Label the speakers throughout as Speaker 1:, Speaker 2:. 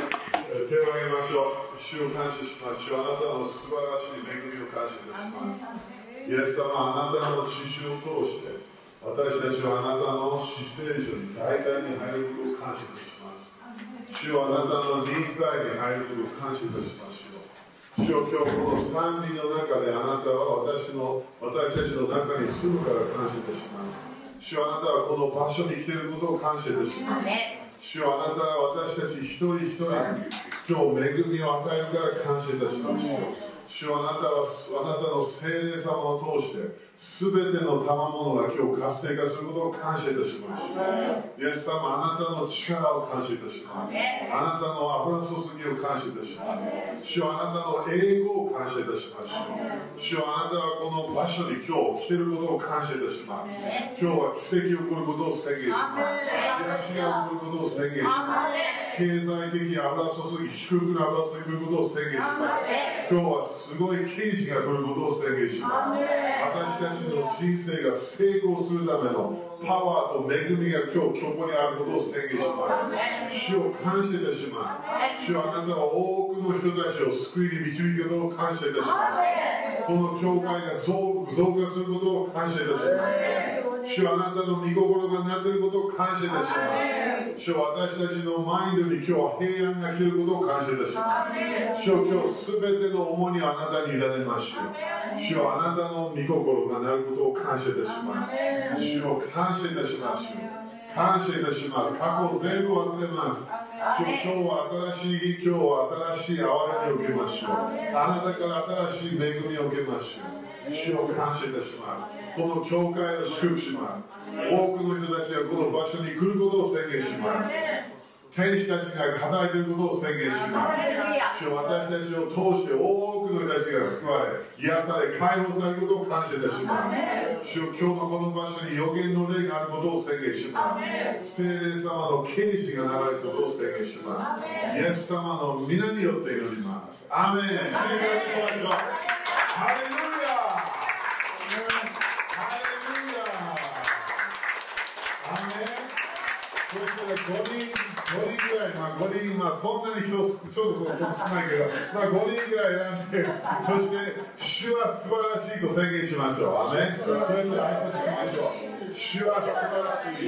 Speaker 1: 手を挙げましょう。主を感謝しましょう。あなたの素晴らしい恵みを感謝いたします。イエス様、あなたの知識を通して、私たちはあなたの死聖所に大胆に入ることを感謝いたします。主よあなたの臨在に入ることを感謝いたしましょう。主よ今日この賛美の中であなたは私の私たちの中に住むから感謝いたします。主よあなたはこの場所に来ていることを感謝いたします。主よあなたは私たち一人一人に今日恵みを与えるから感謝いたします主よあなたはあなたの聖霊様を通して全ての賜物が今日活性化することを感謝いたしますイエス様あなたの力を感謝いたしますあなたの油注ぎを感謝いたします主よあなたの栄光を感謝いたします主よあなたはこの場所に今日来ていることを感謝いたします今日は奇跡を起こることを宣言します癒しが起こることを宣言します経済的油注ぎ祝福の油注ぎことを宣言します今日はすごい刑事が来ることを宣言します私たちの人生が成功するためのパワーと恵みが今日ここにあることを宣言します主を感謝いたします主はあなたは多くの人たちを救いに導いてことを感謝いたしますこの教会が増増加することを感謝いたします主はあなたの御心がなっていることを感謝いたします主は私たちのマインドに今日は平安が来ることを感謝いたします主は今日すべての重荷をあなたに委ねましょう主はあなたの御心がなることを感謝いたします主を感謝いたします感謝いたします過去を全部忘れます主よ今日は新しい今日は新しい憐れみを受けましょうあなたから新しい恵みを受けましょう主を感謝いたしますこの教会を祝福します多くの人たちがこの場所に来ることを宣言します天使たちが働いていることを宣言します主よ私たちを通して多くの人たちが救われ癒され解放されることを感謝いたします主よ今日のこの場所に予言の霊があることを宣言します聖霊様の啓示が流れることを宣言しますイエス様の皆によって祈りますアーメンハレルヤハレルヤアーメンそしたら5人、5人ぐらい、まあ5人、まあそんなに人す、ちょっとそうそう少ないけど、まあ5人ぐらい選んで、そして、主は素晴らしいと宣言しましょう。アーメンそれでは挨拶しましょう。主は素晴らしい。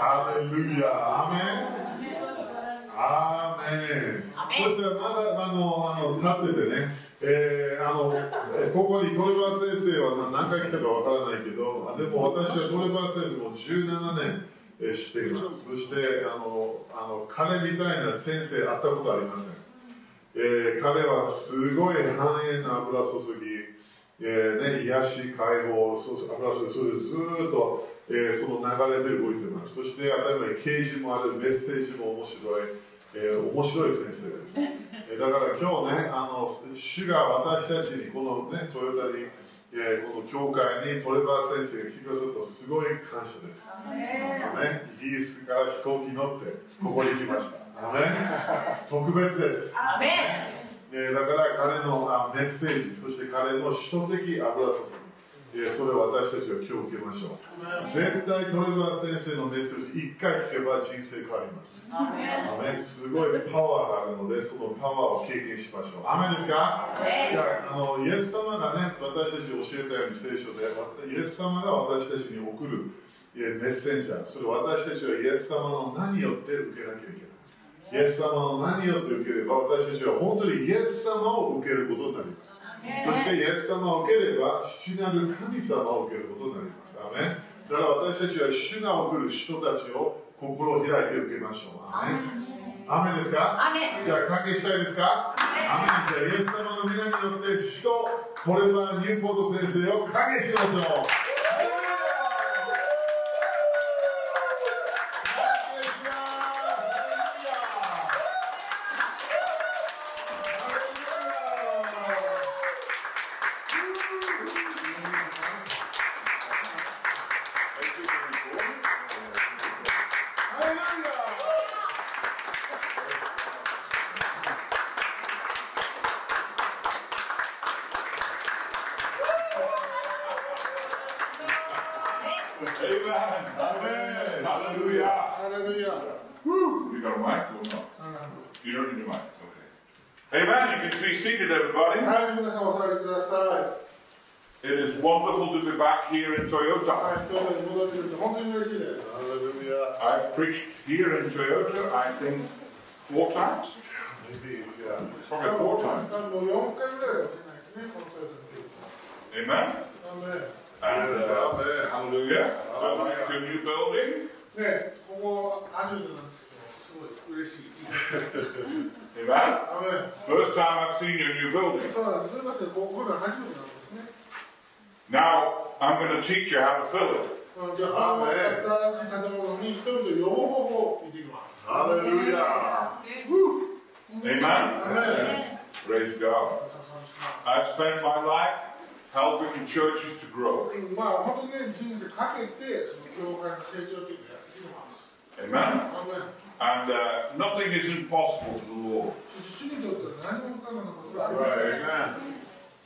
Speaker 1: アーメンハレルヤアーメンアーメンそしてまだあのあの立っててね、えーあのえーここにトレバー先生は何回来たかわからないけどあでも私はトレバー先生も17年、えー知っていますそしてあのあの彼みたいな先生会ったことありません、えー彼はすごい繁栄な油注ぎえーね、癒し、解放、そうそう油注ぎ、それでずーっと、えーその流れで動いてます。そして、当たり前、啓示もある、メッセージも面白い、えー面白い先生です。えーだから今日ね、あの主が私たちに、このね、トヨタに、えーこの教会にトレバー先生が来てくださったとすごい感謝です。あのね、イギリスから飛行機乗って、ここに来ました。あのね、 特別です。えーだから彼のあメッセージ、そして彼の使徒的油注ぎ、えーそれを私たちは今日受けましょう。絶対トレバー先生のメッセージ、一回聞けば人生変わります。アメンすごいパワーがあるので、そのパワーを経験しましょう。アーメンですかいやあのイエス様がね、私たちに教えたように聖書で、わイエス様が私たちに送るいやメッセンジャー、それ私たちはイエス様の何によって受けなきゃいけない。イエス様の何によって受ければ私たちは本当にイエス様を受けることになります。そしてイエス様を受ければ父なる神様を受けることになります。アーメンだから私たちは主が送る人たちを心を開いて受けましょう。アーメンアーメンですか
Speaker 2: アーメン
Speaker 1: じゃあ関係したいですかアーメンじゃあイエス様の皆によって人、これはニューポート先生を関係しましょう。
Speaker 2: Amen.
Speaker 3: Amen.
Speaker 2: Hallelujah.
Speaker 3: Hallelujah.
Speaker 2: Woo. You got a mic or no? You don't need a mic. Okay. Amen. You can be seated, everybody.
Speaker 3: はい、皆さんお座りくださ
Speaker 2: It is wonderful to be back here in
Speaker 3: い。は
Speaker 2: Toyota.
Speaker 3: い、今日に戻ってくれて本当に嬉しいです。ハレルヤ。
Speaker 2: I've preached here in Toyota, I think, four times.
Speaker 3: Maybe, yeah.
Speaker 2: Probably four times.
Speaker 3: もう4回ぐらいは来てないですね、この人
Speaker 2: Amen.
Speaker 3: たちの時。
Speaker 2: And uh, hallelujah. I like the new building.
Speaker 3: ねえ、ここ初めてなんですけど、すごい嬉しい。
Speaker 2: Amen.
Speaker 3: アメン
Speaker 2: First time I've seen your new building.
Speaker 3: そうなんです。すみません、ここが初めてなんですね。
Speaker 2: Now I'm going to teach you how to fill it.
Speaker 3: じゃあ、この新しい建物に人々を呼ぶ方法を見ていきます。
Speaker 1: Hallelujah.
Speaker 2: Amen.
Speaker 3: アメン
Speaker 2: Praise God. I've spent my life helping churches to grow.
Speaker 3: まあ、本当にね、人生かけて、その教会の成長というのをやっていきます。
Speaker 2: Amen.
Speaker 3: アメン
Speaker 2: And uh, nothing is impossible for the Lord.
Speaker 3: そして主にとっては何も不可能なことがありません。
Speaker 1: Right.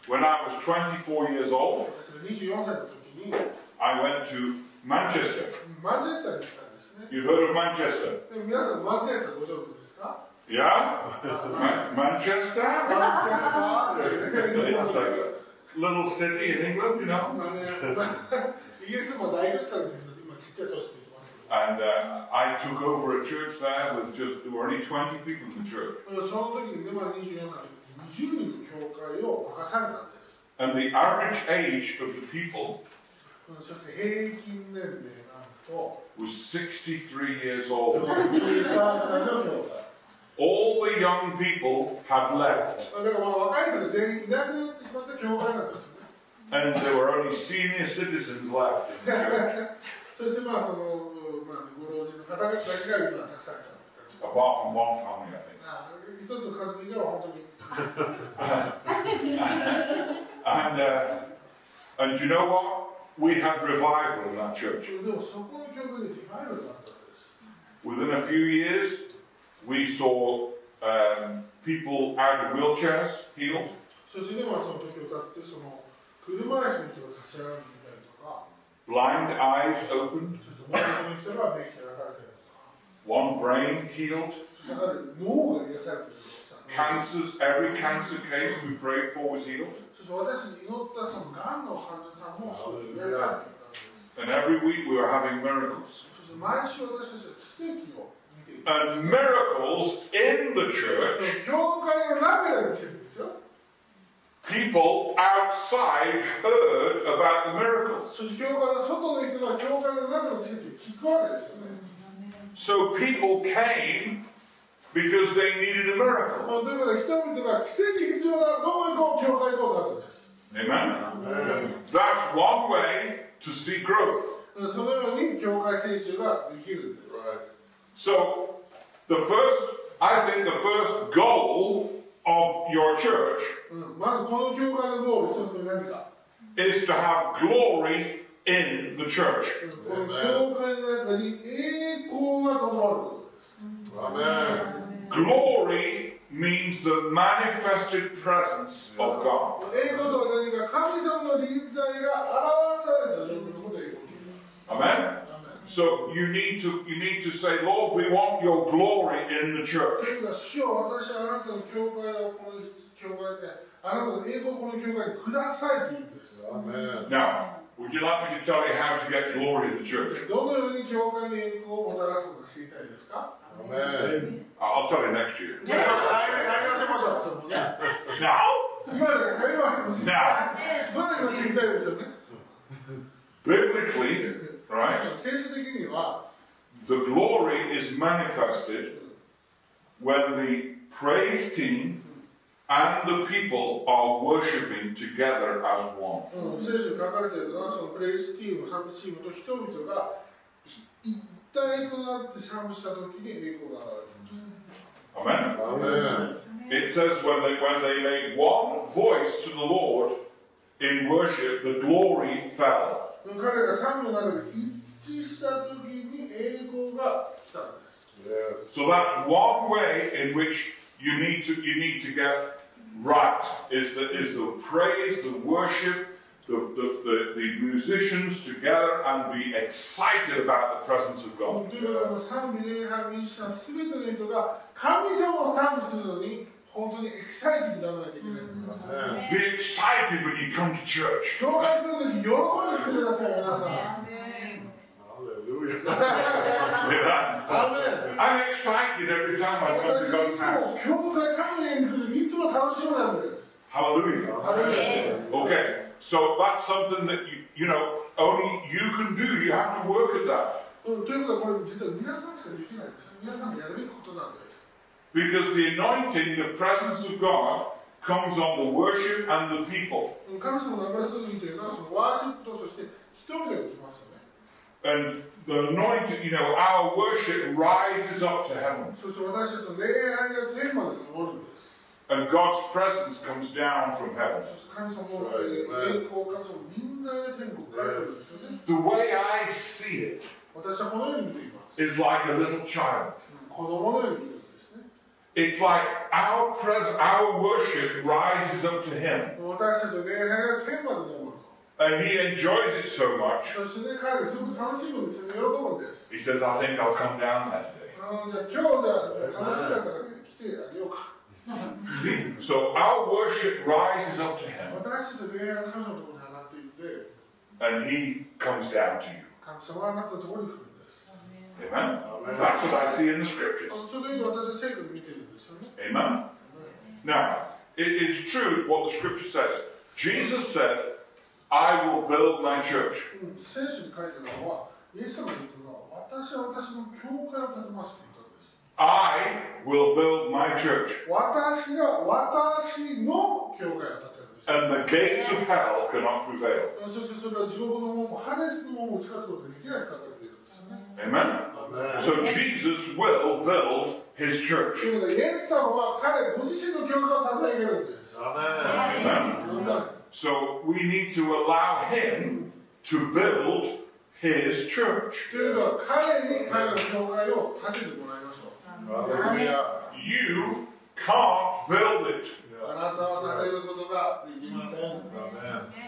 Speaker 2: When I was 24 years old,
Speaker 3: 私が24歳の時に、
Speaker 2: I went to Manchester.
Speaker 3: マンチェスターに来たんですね。
Speaker 2: You've heard of Manchester?
Speaker 3: で皆さん、マンチェスターご存知ですか
Speaker 2: Yeah?
Speaker 3: マン
Speaker 2: Ma- Manchester?
Speaker 3: チェスター
Speaker 2: It's like a little city in England, you know?
Speaker 3: まあね、まあイギリスも大学生ですけど、今ちっちゃい都市って言ってますけど。
Speaker 2: And uh, I took over a church there with just, there were only 20 people in the church.
Speaker 3: その時にね、まあ、24歳の時に20人の教会を任されたんです。
Speaker 2: And the average age of the people
Speaker 3: そして平均年齢なんと、
Speaker 2: was 63 years old.
Speaker 3: 13歳の教会。
Speaker 2: All the young people had left,
Speaker 3: だからまあ若い人が全員いなくなってしまった教会なんですね。
Speaker 2: and there were only senior citizens left in the church,
Speaker 3: そしてまあその、まあ、ご老人の方々だけが今たくさんいたんですけど。
Speaker 2: apart from one family, I think.
Speaker 3: あ一つの数以外は本当に。
Speaker 2: And, uh, and you know what? We had revival in that church.
Speaker 3: でもそこの教会にリバイバルがあったわけです。
Speaker 2: Within a few years, we saw um, people out of wheelchairs healed.
Speaker 3: そしてね、まあその時を歌って、その車椅子の人が立ち上がってみたりとか、
Speaker 2: blind eyes opened,
Speaker 3: そして周りの人が目開かれたりとか、
Speaker 2: one brain healed,
Speaker 3: そして中で脳が癒されてるとかさ。
Speaker 2: cancers, every cancer case we prayed for was healed,
Speaker 3: そして私に祈ったその癌の患者さんもそういう癒されていたわけです。
Speaker 2: and every week we were having miracles.
Speaker 3: そして毎週私たちは奇跡を見ていた。
Speaker 2: And miracles in the church,
Speaker 3: 教会の中での奇跡ですよ。
Speaker 2: people outside heard about the miracles.
Speaker 3: そして教会の外の人が教会の中の奇跡を聞くわけですよね。
Speaker 2: So people came because they needed a
Speaker 3: ま
Speaker 2: miracle.
Speaker 3: あということで人々が奇跡必要だ、どこ行こう、教会行こうだったんです。
Speaker 2: Amen? That's one way to see growth.
Speaker 3: そのように教会成長ができるんです。
Speaker 2: So, the first, I think the first goal of your church
Speaker 3: うんまずこの教会のゴール、一つ目何か。
Speaker 2: is to have glory in the church.
Speaker 3: うんこの教会の中に栄光がとどまることです。
Speaker 2: Glory means the manifested presence of God.
Speaker 3: 栄光とは何か、神様の臨在が表された状況のことを栄光と言います。
Speaker 2: Amen.
Speaker 3: アーメン
Speaker 2: So you need to you need to say, Lord, we want your glory in the church.
Speaker 3: 天が主よ私はあなたの教会をこの教会であなたの栄光をこの教会にくださいと言うんですよ
Speaker 2: Now, would you like me to tell you how to get glory in the church?
Speaker 3: どのように教会に栄光をもたらすのか知りたいですか
Speaker 2: I'll tell you next year.
Speaker 3: じゃあ会いましましょうそれもね
Speaker 2: Now,
Speaker 3: 今ですか今ですね
Speaker 2: now,
Speaker 3: それは今知りたいですよね
Speaker 2: biblically, right?
Speaker 3: 聖書的には
Speaker 2: The glory is manifested when the praise team and the people are worshiping together as one.
Speaker 3: うん聖書に書かれてるのはそのプレイスチームサブチームと人々がい一体となって賛美した時に栄光が現れる
Speaker 2: Amen.
Speaker 3: んです
Speaker 2: It says when they when they made one voice to the Lord in worship, the glory fell.
Speaker 3: 彼が賛美の中で一致した時に栄光が来たんです。
Speaker 2: So that's one way in which you need to you need to get right is the is the praise, the worship, the the, the, the musicians together and be excited about the presence of
Speaker 3: こ
Speaker 2: God.
Speaker 3: のような賛美礼拝民主団すべての人が神様を賛美するのに本当にエキサイティングにならないといけないと思いますね。
Speaker 2: Be excited when you come to church.
Speaker 3: 教会来るとき喜んで来てください皆さん。
Speaker 1: Hallelujah.
Speaker 2: Amen.
Speaker 3: アーメン
Speaker 2: I'm excited every time I come to
Speaker 3: 私
Speaker 2: God's
Speaker 3: はい
Speaker 2: house.
Speaker 3: つも教会神に来るときいつも楽しみなんです。
Speaker 2: Hallelujah.
Speaker 3: アーメン
Speaker 2: Okay, so that's something that you, you know, only you can do. You have to work at that.
Speaker 3: うんということはこれ実は皆さんしかできないです。皆さんがやるべきことなんです。
Speaker 2: Because the anointing, the presence of God, comes on the worship and the people.
Speaker 3: うん神様の油注ぎというのはそのワーシップとそして人々が来ますよね。
Speaker 2: And the anointing, you know, our worship rises up to heaven.
Speaker 3: そして私たちの礼拝が全まで昇るんです。
Speaker 2: And God's presence comes down from heaven.
Speaker 3: そして神様の
Speaker 1: はい
Speaker 3: 栄光、神様の臨在が天国からあるんですよね。
Speaker 2: The way I see it
Speaker 3: 私はこのように見ています。
Speaker 2: is like a little child.
Speaker 3: 子供のように見ているんですね。
Speaker 2: It's like our pres- our worship rises up to Him,
Speaker 3: 私たちの礼拝が天まで昇る。
Speaker 2: and He enjoys it so much.
Speaker 3: そしてね、彼がすごく楽しむんですよね。喜ぶんです。
Speaker 2: He says, "I think I'll come down that day."
Speaker 3: あのじゃあ今日じゃあ楽しみだったらね来てあげようか。
Speaker 2: You See, so our worship rises up to Him,
Speaker 3: 私たちの礼拝が彼女のところに上がっていって、
Speaker 2: and He comes down to you.
Speaker 3: 神様はあなたのところに来るんです。
Speaker 2: Amen.
Speaker 1: Amen.
Speaker 2: That's what I see in the scriptures.
Speaker 3: あそれで私は聖書で見てるんですよね。
Speaker 2: Amen. Now, it is true what the scripture says. Jesus said, "I will build my church."
Speaker 3: うん聖書に書いてあるのは、イエス様の言うのは、私は私の教会を建てますと言ったんです。
Speaker 2: I will build my church,
Speaker 3: 私が私の教会を建てるんです。
Speaker 2: and the gates of hell cannot prevail.
Speaker 3: そしてそれは地獄の門もハデスの門も打ち勝つことができないと書かれているんですよね。
Speaker 2: Amen.
Speaker 1: Amen.
Speaker 2: So Jesus will build his
Speaker 3: と
Speaker 2: church.
Speaker 3: いうことで、イエス様は彼ご自身の教会を建て上げるんです。
Speaker 1: Amen.
Speaker 2: Amen.
Speaker 3: はい
Speaker 2: So we need to allow him to build his church.
Speaker 3: ということは、彼に彼の教会を建ててもらいましょう。
Speaker 1: Hallelujah.
Speaker 2: You can't build it,
Speaker 3: あなたは建てることができません。
Speaker 1: Amen.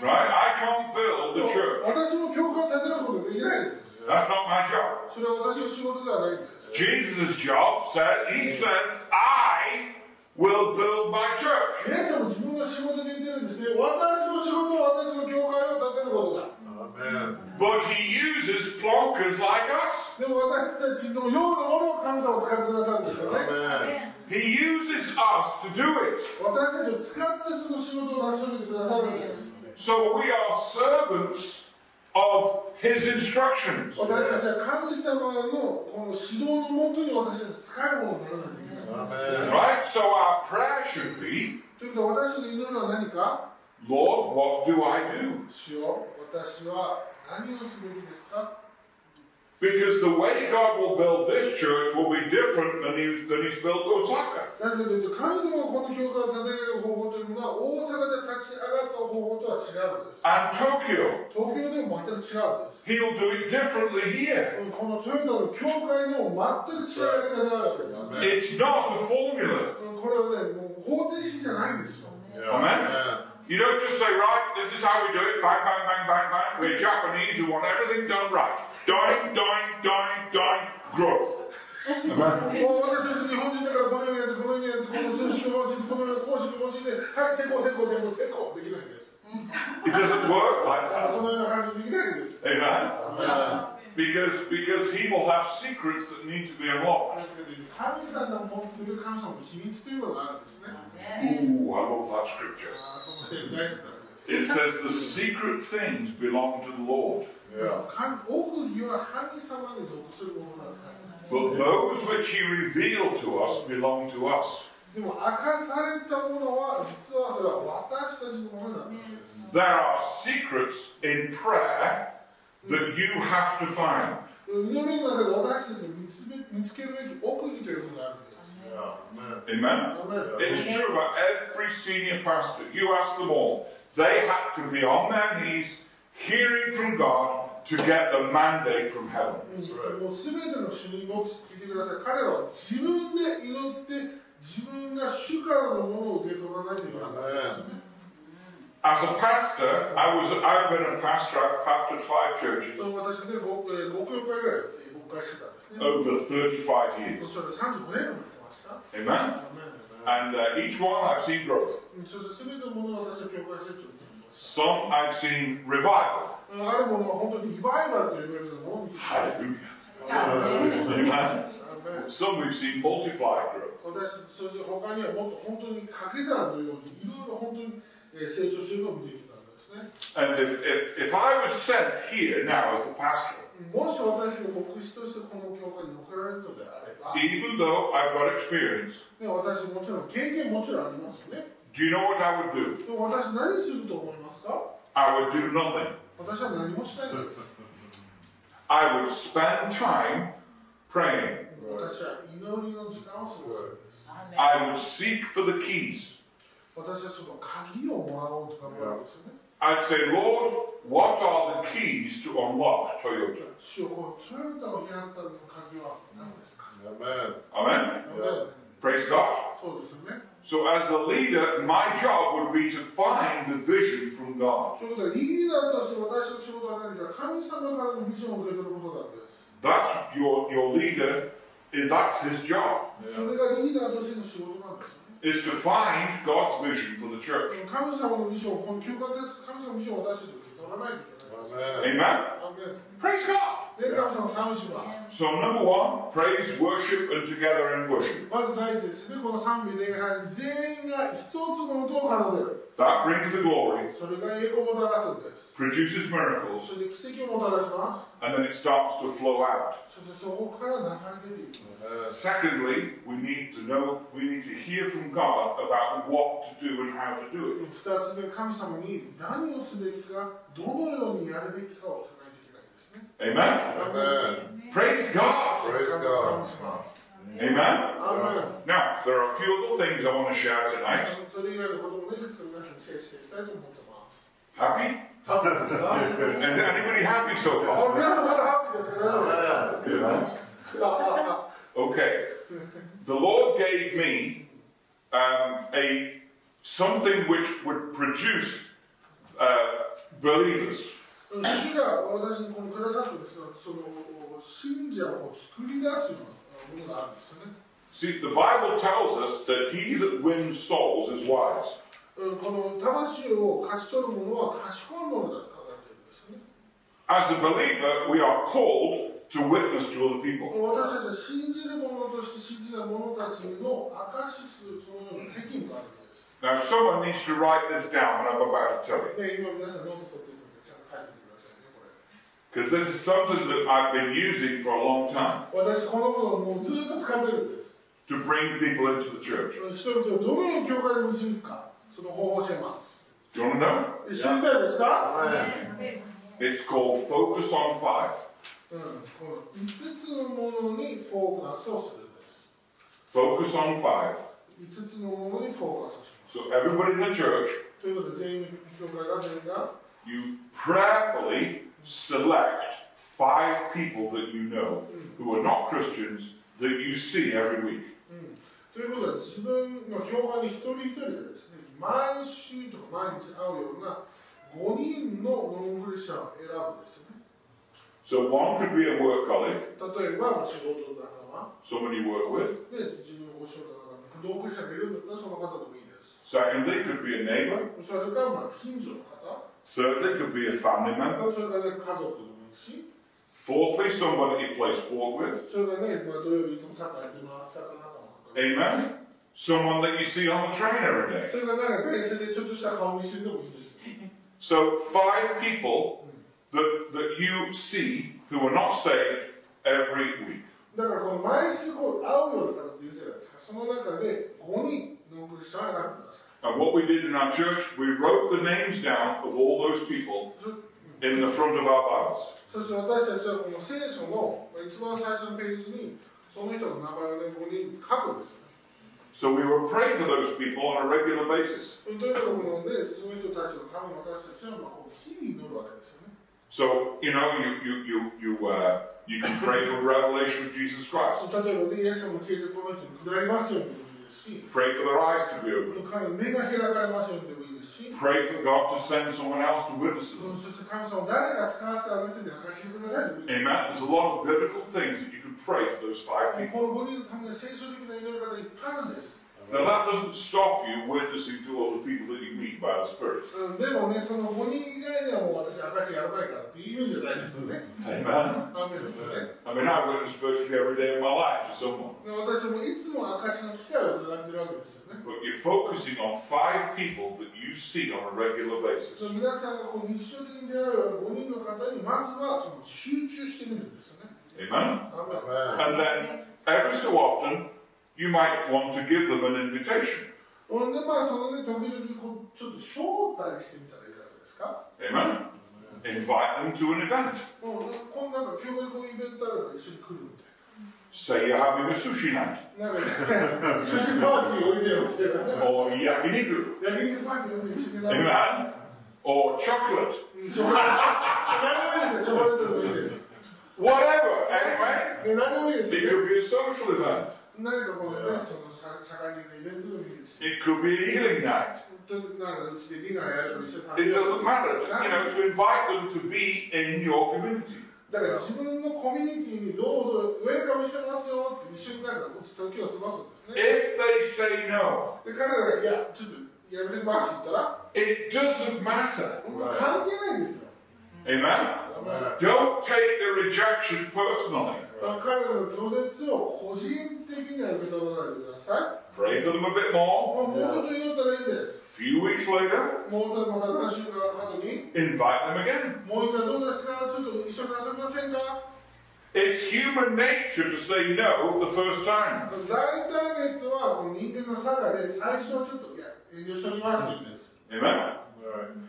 Speaker 2: right? I can't build the church.
Speaker 3: 私も教会を建てることができないんです。
Speaker 2: That's not my job.
Speaker 3: それは私の仕事ではないんです。
Speaker 2: Jesus' job says he says, "I will build my church."
Speaker 3: イエス様自分の仕事で言ってるんですね。私の仕事は私の教会を建てることだ。
Speaker 1: Amen.
Speaker 2: But he uses plonkers like us.
Speaker 3: でも私たちのようなものを神様を使ってくださるんですよね。
Speaker 1: Amen.
Speaker 2: He uses us to do it.
Speaker 3: 私たちを使ってその仕事を成し遂げてくださるんです。
Speaker 2: So we are servants of his instructions.
Speaker 3: 私たちは神様のこの指導のもとに私たちは使えるものにならないといけない。
Speaker 1: Amen.
Speaker 2: Right? So our prayer should be,
Speaker 3: ということで私たちの祈りは何か
Speaker 2: Lord, what do I do?
Speaker 3: 主よ私は何をすべきですか
Speaker 2: Because the way God will build this church will be different than, he, than he's built Osaka.
Speaker 3: なぜかというと神様がこの教会を立て上げる方法というのは大阪で立ち上がった方法とは違うんです。
Speaker 2: And Tokyo.
Speaker 3: 東京でも全く違うんです。
Speaker 2: He'll do it differently here.
Speaker 3: このトヨタの教会の全く違いがなるわけですね。
Speaker 2: It's not a formula.
Speaker 3: これはね、もう方程式じゃないんですよ。
Speaker 1: Amen.
Speaker 2: You don't just say, right, this is how we do it, bang, bang, bang, bang, bang. We're Japanese, we want everything done right. Doink, doink, doink, doink, growth.
Speaker 3: もう私たち日本人だからこのようにやって、このようにやって、この数式を用いて、このように公式を用いて、はい、成功、成功、成功、成功、できないんです。
Speaker 2: It doesn't work like
Speaker 3: あ
Speaker 2: that.
Speaker 3: そのような感じでできないんです。
Speaker 2: Amen. Because because he will have secrets that need to be unlocked.
Speaker 3: 神様が持っている神様の秘密というのがあるんですね。
Speaker 2: Ooh, I love that scripture.
Speaker 3: あそのせい大好きなんです。
Speaker 2: It says the secret things belong to the Lord,
Speaker 1: Yeah.
Speaker 3: 神奥義は神様に属するものなんだ。
Speaker 2: but those which he revealed to us belong to us.
Speaker 3: でも明かされたものは、実はそれは私たちのものなんです。
Speaker 2: There are secrets in prayer that you have to find.
Speaker 3: 祈りの中で私たちが見つめ見つけるべき奥義というものがあるんで
Speaker 1: Yeah.
Speaker 3: す。
Speaker 1: Amen.
Speaker 2: Amen.
Speaker 3: アーメン
Speaker 2: It's true about every senior pastor. You ask them all. They had to be on their knees, hearing from God to get the mandate from heaven.
Speaker 3: もうすべての主任牧師聞いてください。彼らは自分で祈って、自分が主からのものを受け取らないといけない。
Speaker 1: Amen.
Speaker 2: As a pastor, I was, I've been a pastor, I've pastored five churches
Speaker 3: 私ね、ごえー、5教会ぐらいえー牧会してたんですね。
Speaker 2: over 35 years.
Speaker 3: それ35年もやってました。
Speaker 2: Amen?
Speaker 3: アメンだね
Speaker 2: And uh, each one I've seen growth.
Speaker 3: そして全てのものを私は教会成長に見まし
Speaker 2: Some I've seen revival.
Speaker 3: た。あるものは本当にリバイバルと呼ばれるものを見てきた。アメン
Speaker 2: Hallelujah. Amen. Some we've seen multiplied growth.
Speaker 3: 私、そして他にはもっと本当に掛け算のようにいろいろ本当にえー成長しているのを見てきたんですね。
Speaker 2: And if, if, if I was sent here now as the pastor,
Speaker 3: もし私が牧師としてこの教会に送られるのであれば、ね、
Speaker 2: even though I've got experience,
Speaker 3: 私もちろん経験もちろんありますよね。
Speaker 2: do you know what I would do?
Speaker 3: でも私何すると思いますか
Speaker 2: I would do nothing.
Speaker 3: 私は何もしないんです。
Speaker 2: I would spend time praying.
Speaker 3: 私は祈りの時間を過ごすんです。
Speaker 2: I would seek for the keys.
Speaker 3: 私はその鍵をもらおうと頑張るんですよね。
Speaker 2: I'd say, Lord, what are the keys to unlock Toyota?
Speaker 3: 主よこのトヨタを狙ったの鍵は何ですか、
Speaker 1: Amen.
Speaker 2: Amen.
Speaker 3: アメン
Speaker 2: Praise God.
Speaker 3: そうですよね。
Speaker 2: So, as the leader, my job would be to find the vision from God.
Speaker 3: ということで、リーダーとして私の仕事は何か神様からのビジョンを受け取ることなんです。
Speaker 2: That's your your leader. eh, That's his job.
Speaker 3: それがリーダーとしての仕事なんですよね。
Speaker 2: Is to find God's vision for the church.
Speaker 3: 神様のビジョン、この休暇です。神様のビジョンを私たちが受け取らないといけない
Speaker 1: Amen.
Speaker 3: です。
Speaker 2: Amen.
Speaker 3: アメン
Speaker 2: Praise God.
Speaker 3: で、神様の三種は、
Speaker 2: So, number one, praise, worship, and together in worship.
Speaker 3: まず第一ですね、この賛美礼拝全員が一つの音を奏でる。
Speaker 2: That brings the glory,
Speaker 3: それが栄光をもたらすんです。
Speaker 2: produces miracles,
Speaker 3: そして奇跡をもたらしま
Speaker 2: and then it starts to flow out.
Speaker 3: す。そしてそこから流れ出ていくのです。
Speaker 2: Secondly, we need to know, we need to hear from God about what to do and how to do it.
Speaker 3: 二つ目、神様に何をすべきか、どのようにやるべきかを聞かないといけないんですね。
Speaker 1: Amen.
Speaker 2: Amen? Praise God!
Speaker 1: Praise
Speaker 3: 神様
Speaker 1: God.
Speaker 3: します。
Speaker 2: Amen?
Speaker 3: アーメン
Speaker 2: Now, there are a few other things I want to share tonight.
Speaker 3: それ以外のこともね、いくつも皆さんにシェアしていきたいと思ってます。
Speaker 2: Happy?
Speaker 3: ハッピーですか
Speaker 2: Is anybody happy so
Speaker 3: あ
Speaker 2: far?
Speaker 3: 皆さんまだハッピーですか大丈
Speaker 2: Good, huh?
Speaker 3: 夫
Speaker 2: Okay. The Lord gave me um, a something which would produce uh, believers.
Speaker 3: 次が私にこのくださったんですが、その信者を作り出すようなものがあるんですよね。
Speaker 2: See, the Bible tells us that he that wins souls is wise.
Speaker 3: うんこの魂を勝ち取るものは賢いものだと考えているんですね。
Speaker 2: As a believer, we are called to witness to other people.
Speaker 3: 私たちは信じる者として信じた者たちの証しするそのような責務があるんです。
Speaker 2: Now, someone needs to write this down when I'm about to tell you,
Speaker 3: で今皆さんノート取っていくんでちゃんと書いてくださいね、これ。
Speaker 2: because this is something that I've been using for a long time
Speaker 3: 私このことをもうずっと掴んでるんです。
Speaker 2: to bring people into the church.
Speaker 3: 人々をどのように教会に導くか、その方法を教えます。
Speaker 2: Do you want to know?
Speaker 3: え知りたいですか、
Speaker 2: It's called Focus on Five.
Speaker 3: うん、この5つのものにフォーカスをするんです。
Speaker 2: Focus on Five.
Speaker 3: 5つのものにフォーカスをしま
Speaker 2: So everybody in the church,
Speaker 3: す。ということで、全員の教会が全員が
Speaker 2: you prayerfully select five people that you know who are not Christians that you see every week.
Speaker 3: ということは自分の教会に一人一人がですね毎週とか毎日会うような5人のノンクリスチャンを選ぶんですよね
Speaker 2: So one could be a work colleague,
Speaker 3: 例えば仕事の仲間
Speaker 2: someone you work with.
Speaker 3: で自分のお仕事の仲間ノンクリスチャンがいるんだったらその方でもいいです
Speaker 2: Secondly, could be a neighbour.
Speaker 3: それからまあ近所の方
Speaker 2: Thirdly, could be a family member.
Speaker 3: それから、ね、家族でもいいし
Speaker 2: Fourthly, someone that you play sport with.
Speaker 3: それからね、まあ、土曜日いつもサッカーやってますサッカー仲間とか
Speaker 2: Amen. Someone that you see on the train every day.
Speaker 3: それからなんか電車でちょっとした顔見知りでもいいですよ
Speaker 2: So five people that, that you see who are not saved every week.
Speaker 3: だからこの毎週こう会うような方っているじゃないですかその中で5人ノンクリスチャンを選んでくださ
Speaker 2: And
Speaker 3: い
Speaker 2: what we did in our church, we wrote the names down of all those people in the front of our Bibles.
Speaker 3: そして私たちはこの聖書の一番最初のページにその人の名前をね、5人書くんですよね。
Speaker 2: So we would pray for those people on a regular basis.
Speaker 3: ということで、その人たちのために私たちはまあこう日々祈るわけですよね。
Speaker 2: So you know, you you you you uh, you can pray for revelation of Jesus Christ.
Speaker 3: 例えばね、イエス様の形状この人に下りますようにでもいいですし、
Speaker 2: Pray for their eyes to be opened.
Speaker 3: 彼の目が開かれますようにでもいいでいいし、
Speaker 2: Pray for God to send someone else to witness
Speaker 3: う
Speaker 2: them.
Speaker 3: んそして神様を誰が使わせてあげてて明かしてくださいと言う
Speaker 2: Amen. There's a lot of biblical things that you can pray for those five people.
Speaker 3: もうこの5人のための聖書的な祈り方いっぱいあるんです。
Speaker 2: Now that doesn't stop you witnessing to all the people that you meet by the Spirit.
Speaker 3: うん、でもね、その5人以外ではもう私、明かしやらないからっていうんじゃないですよね。
Speaker 2: Amen.
Speaker 3: アーメンですよね。
Speaker 2: I mean, I witness virtually every day of my life to someone.
Speaker 3: で私もいつも証の機会をいただいてるわけですよね。
Speaker 2: But you're focusing on five people that you see on a regular basis.
Speaker 3: 皆さんがこう日常的に出会うような5人の方にまずはその集中してみるんですよね。
Speaker 2: Amen.
Speaker 3: アーメン
Speaker 2: And then every so often, you might want to give them an invitation.
Speaker 3: ほんでまあそのね、時々こうちょっと招待してみたらいかがですか、
Speaker 2: Amen. Invite them to an event.
Speaker 3: うん、こんなんか教会こういうイベントあるから一緒に来るみたい
Speaker 2: Say you're having a sushi night
Speaker 3: な。なんかね、一緒にパーティーおいでよみたいな。
Speaker 2: or yakiniku.
Speaker 3: 焼肉パーティーおいでよ一緒にやる。
Speaker 2: Amen. Or chocolate.
Speaker 3: うんチョコレート。何でもいいですよ、チョコレートでもいいです。
Speaker 2: Whatever. Anyway,
Speaker 3: で何でもいいです
Speaker 2: it
Speaker 3: よね。
Speaker 2: could be a social event.
Speaker 3: 何かこのね、その社社会的なイベントでもいいです。
Speaker 2: It could be a healing night.
Speaker 3: 本当になんかうちでディナーやると一緒にパーティ
Speaker 2: It
Speaker 3: ーやる
Speaker 2: doesn't matter. You know, to invite them to be in your community.
Speaker 3: だから自分のコミュニティにどうぞウェルカムしてますよって一緒になんかこっち時を過ごすんですね。
Speaker 2: If they say no,
Speaker 3: で彼らが「いやちょっとやめてます」って言ったら
Speaker 2: it doesn't matter.
Speaker 3: 本当関係ないんですよ。
Speaker 2: Amen.
Speaker 3: だから
Speaker 2: Don't take the rejection personally.
Speaker 3: 彼らの拒絶を個人的には受け取らないでください。
Speaker 2: Pray for them a bit more.
Speaker 3: もうもうちょっと言ったらいいんです。
Speaker 2: few weeks later,
Speaker 3: もうたまた何週間後に
Speaker 2: invite them again.
Speaker 3: 「もう一回どうですかちょっと一緒に遊びませんか?」
Speaker 2: It's human nature to say no the first time.
Speaker 3: 大体の人はこの人間の差がね最初はちょっと「いや遠慮しております」って言うんです
Speaker 2: Amen.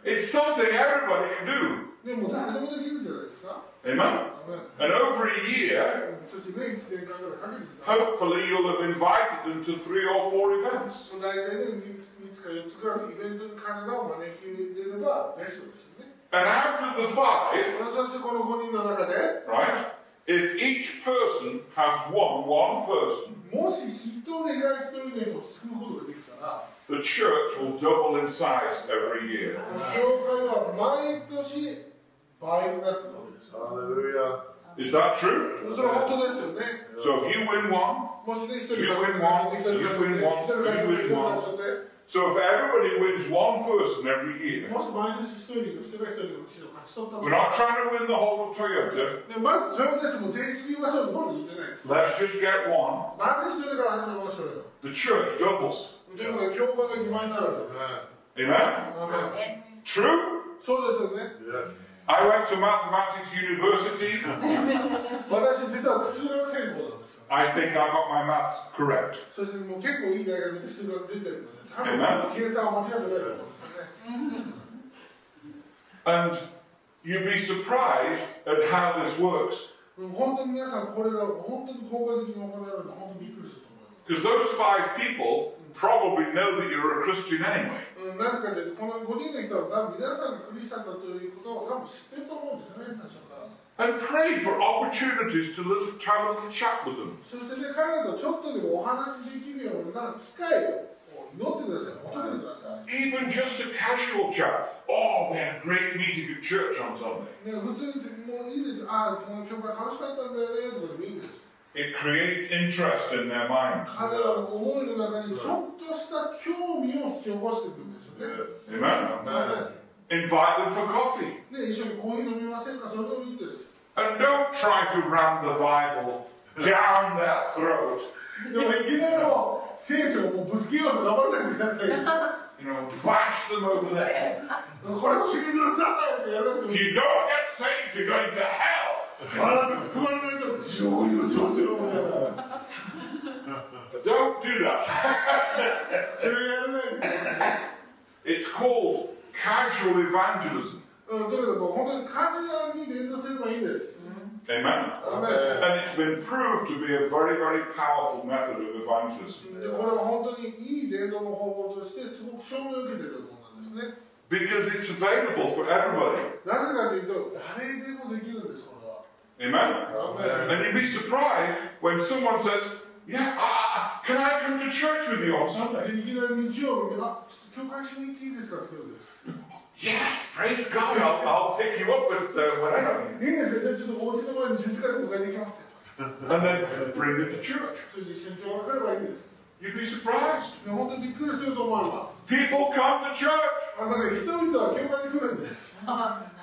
Speaker 2: It's something everybody can do.
Speaker 3: でも誰でもできるんじゃないですか
Speaker 2: Amen.
Speaker 3: あのね
Speaker 2: And over a year,
Speaker 3: そしてね1年間ぐらいかけてみたら
Speaker 2: hopefully you'll have invited them to three or four events.
Speaker 3: 大体ね3つ三つか4つぐらいのイベントに彼らを招き入れればベストですよね
Speaker 2: And out of the five,
Speaker 3: そしてこの5人の中で
Speaker 2: right, if each person has won one person,
Speaker 3: もし1人が1人の人を救うことができたら
Speaker 2: the church will double in size every year.
Speaker 3: この教会は毎年倍になってるわけですよ
Speaker 1: Hallelujah.
Speaker 2: Is that true?
Speaker 3: それは本当ですよね
Speaker 2: So if you win one,
Speaker 3: もしね1人
Speaker 2: You
Speaker 3: が
Speaker 2: win
Speaker 3: 1
Speaker 2: one,
Speaker 3: 人が
Speaker 2: you
Speaker 3: 1
Speaker 2: win
Speaker 3: 人が
Speaker 2: one,
Speaker 3: 1人が
Speaker 2: you
Speaker 3: 1
Speaker 2: win
Speaker 3: 人が
Speaker 2: one.
Speaker 3: 1人が
Speaker 2: So if everybody wins one person every year,
Speaker 3: もし毎年一人の人が一人の人を勝ち取った
Speaker 2: we're not trying to win the whole of Toyota.
Speaker 3: でまずそれをですもう全員救いましょうとまだ言ってないです。
Speaker 2: Let's just get one.
Speaker 3: まず一人から始めましょうよ。
Speaker 2: The church doubles.
Speaker 3: ということで、教会が二倍になるわけです。
Speaker 2: Amen.
Speaker 3: アーメン
Speaker 2: True.
Speaker 3: そうですよね。
Speaker 1: Yes.
Speaker 2: I went to mathematics university.
Speaker 3: 私、実は数学専攻なんですよ。
Speaker 2: I think I got my maths correct.
Speaker 3: そしてもう結構いい大学で数学出てるので、多分
Speaker 2: え
Speaker 3: 計算は間違ってないと思うんですよね。
Speaker 2: And you'd be surprised at how this works.
Speaker 3: うん本当に皆さん、これが本当に効果的に行われるの本当にびっくりすると思います。
Speaker 2: Because those five people probably know that you're a Christian anyway.
Speaker 3: うん、なぜかというと、この5人の人は多分皆さんがクリスチャンだということを多分知ってると思うんですよね、最初から。
Speaker 2: And pray for opportunities to, little, to have a little chat with them.
Speaker 3: そしてね、彼らとちょっとでもお話できるような機会を祈ってください、求めてください。
Speaker 2: Even just a casual chat. Oh, we had a great meeting at church on Sunday.
Speaker 3: ね、普通にもういいですよ、ああ、この教会楽しかったんだよねとかでもいいんです。
Speaker 2: It creates interest in their mind.
Speaker 3: 彼らの思いの中にちょっとした興味を引き起こしていくんですよね。
Speaker 1: Yes.
Speaker 2: Amen.
Speaker 1: Amen.
Speaker 2: Invite them for coffee.
Speaker 3: ね、一緒にコーヒー飲みませんか、それでもいいんです。
Speaker 2: And don't try to ram the Bible down their throat.
Speaker 3: でもいきなりもう、聖書をもうぶつけようと頑張らないでくださいよ。
Speaker 2: You know, bash them over the head.
Speaker 3: これを清水さんだよってやらな
Speaker 2: If
Speaker 3: くても、
Speaker 2: you don't get saved, you're going to hell.
Speaker 3: あなた救われないから、地方に落ちますよみたいな。
Speaker 2: Don't do that.
Speaker 3: それやらないでください。
Speaker 2: It's called casual evangelism.
Speaker 3: うん、とにかく本当にカジュアルに連動すればいいんです。
Speaker 2: Amen.
Speaker 3: アー
Speaker 2: And it's been proved to be a very, very powerful method of evangelism.
Speaker 3: メンでこれは本当にいい伝道の方法としてすごく証明を受けているものなんですね。
Speaker 2: Because it's available for everybody.
Speaker 3: なぜかというと誰でもできるんですこれは。
Speaker 2: Amen?
Speaker 3: Amen.
Speaker 2: And you'd be surprised when someone says, Yeah, I, can I come to church with you on Sunday?
Speaker 3: でいきなり日曜日に、あ、ちょっと教会一緒に行っていいですかって来るんです。
Speaker 2: Yes, praise God, I'll, I'll pick you up with uh, whatever.
Speaker 3: いいんですかじゃあちょっとお家の前に十字架でお迎えできますね。
Speaker 2: And then bring them to church.
Speaker 3: それで一緒に教会来ればいいんです。
Speaker 2: You'd be surprised.
Speaker 3: で本当にびっくりすると思われます。
Speaker 2: People come to church,
Speaker 3: あのね、人々は教会に来るんです。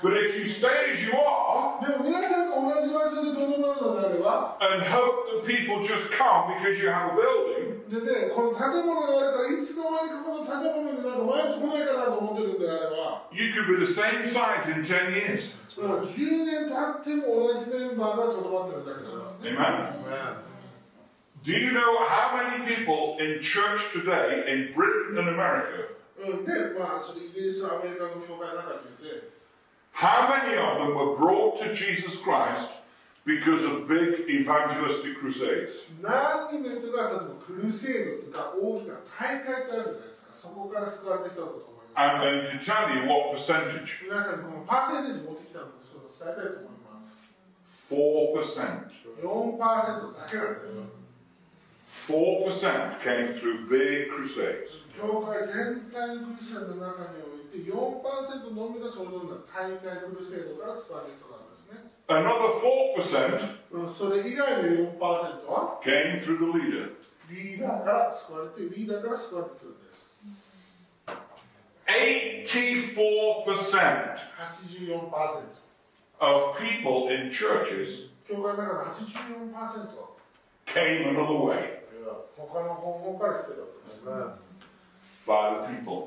Speaker 2: but if you stay as you are
Speaker 3: でも皆さんが同じ場所でとどまるのであれば、
Speaker 2: and hope that people just come because you have a building,
Speaker 3: でね、この建物があるから、いつの間にかこの建物になんか毎日来ないかなと思ってるんであれば、
Speaker 2: you could be the same size in 10 years.
Speaker 3: まあ10年経っても同じメンバーがとどまってるだけなんですね。
Speaker 2: Amen. Do you know how many people in church today in Britain and America,
Speaker 3: うん、で、まあ、それイギリスとアメリカの教会の中にいて、
Speaker 2: how many of them were brought to Jesus Christ because of big evangelistic crusades?
Speaker 3: 何人の人が、例えばクルセイドとか大きな大会ってあるじゃないですか、そこから救われてきたんだと思います。
Speaker 2: I'm going to tell you what percentage.
Speaker 3: 皆さん、このパーセンテージ持ってきたのを伝えたいと思います。
Speaker 2: 4%.
Speaker 3: 4%だけなんです。
Speaker 2: 4% came through big crusades.
Speaker 3: 教会全体のクリスチャンの中において4%のみがそのような大会クルセードから救われる人なんですね
Speaker 2: Another 4%
Speaker 3: うんそれ以外の4%は
Speaker 2: came through the leader.
Speaker 3: リーダーから救われてリーダーから救われてくるんです
Speaker 2: 84%
Speaker 3: 84%教
Speaker 2: of people in churches
Speaker 3: 会の中の84%は
Speaker 2: came another way
Speaker 3: 他の方法から来てるわけですね
Speaker 2: by the people.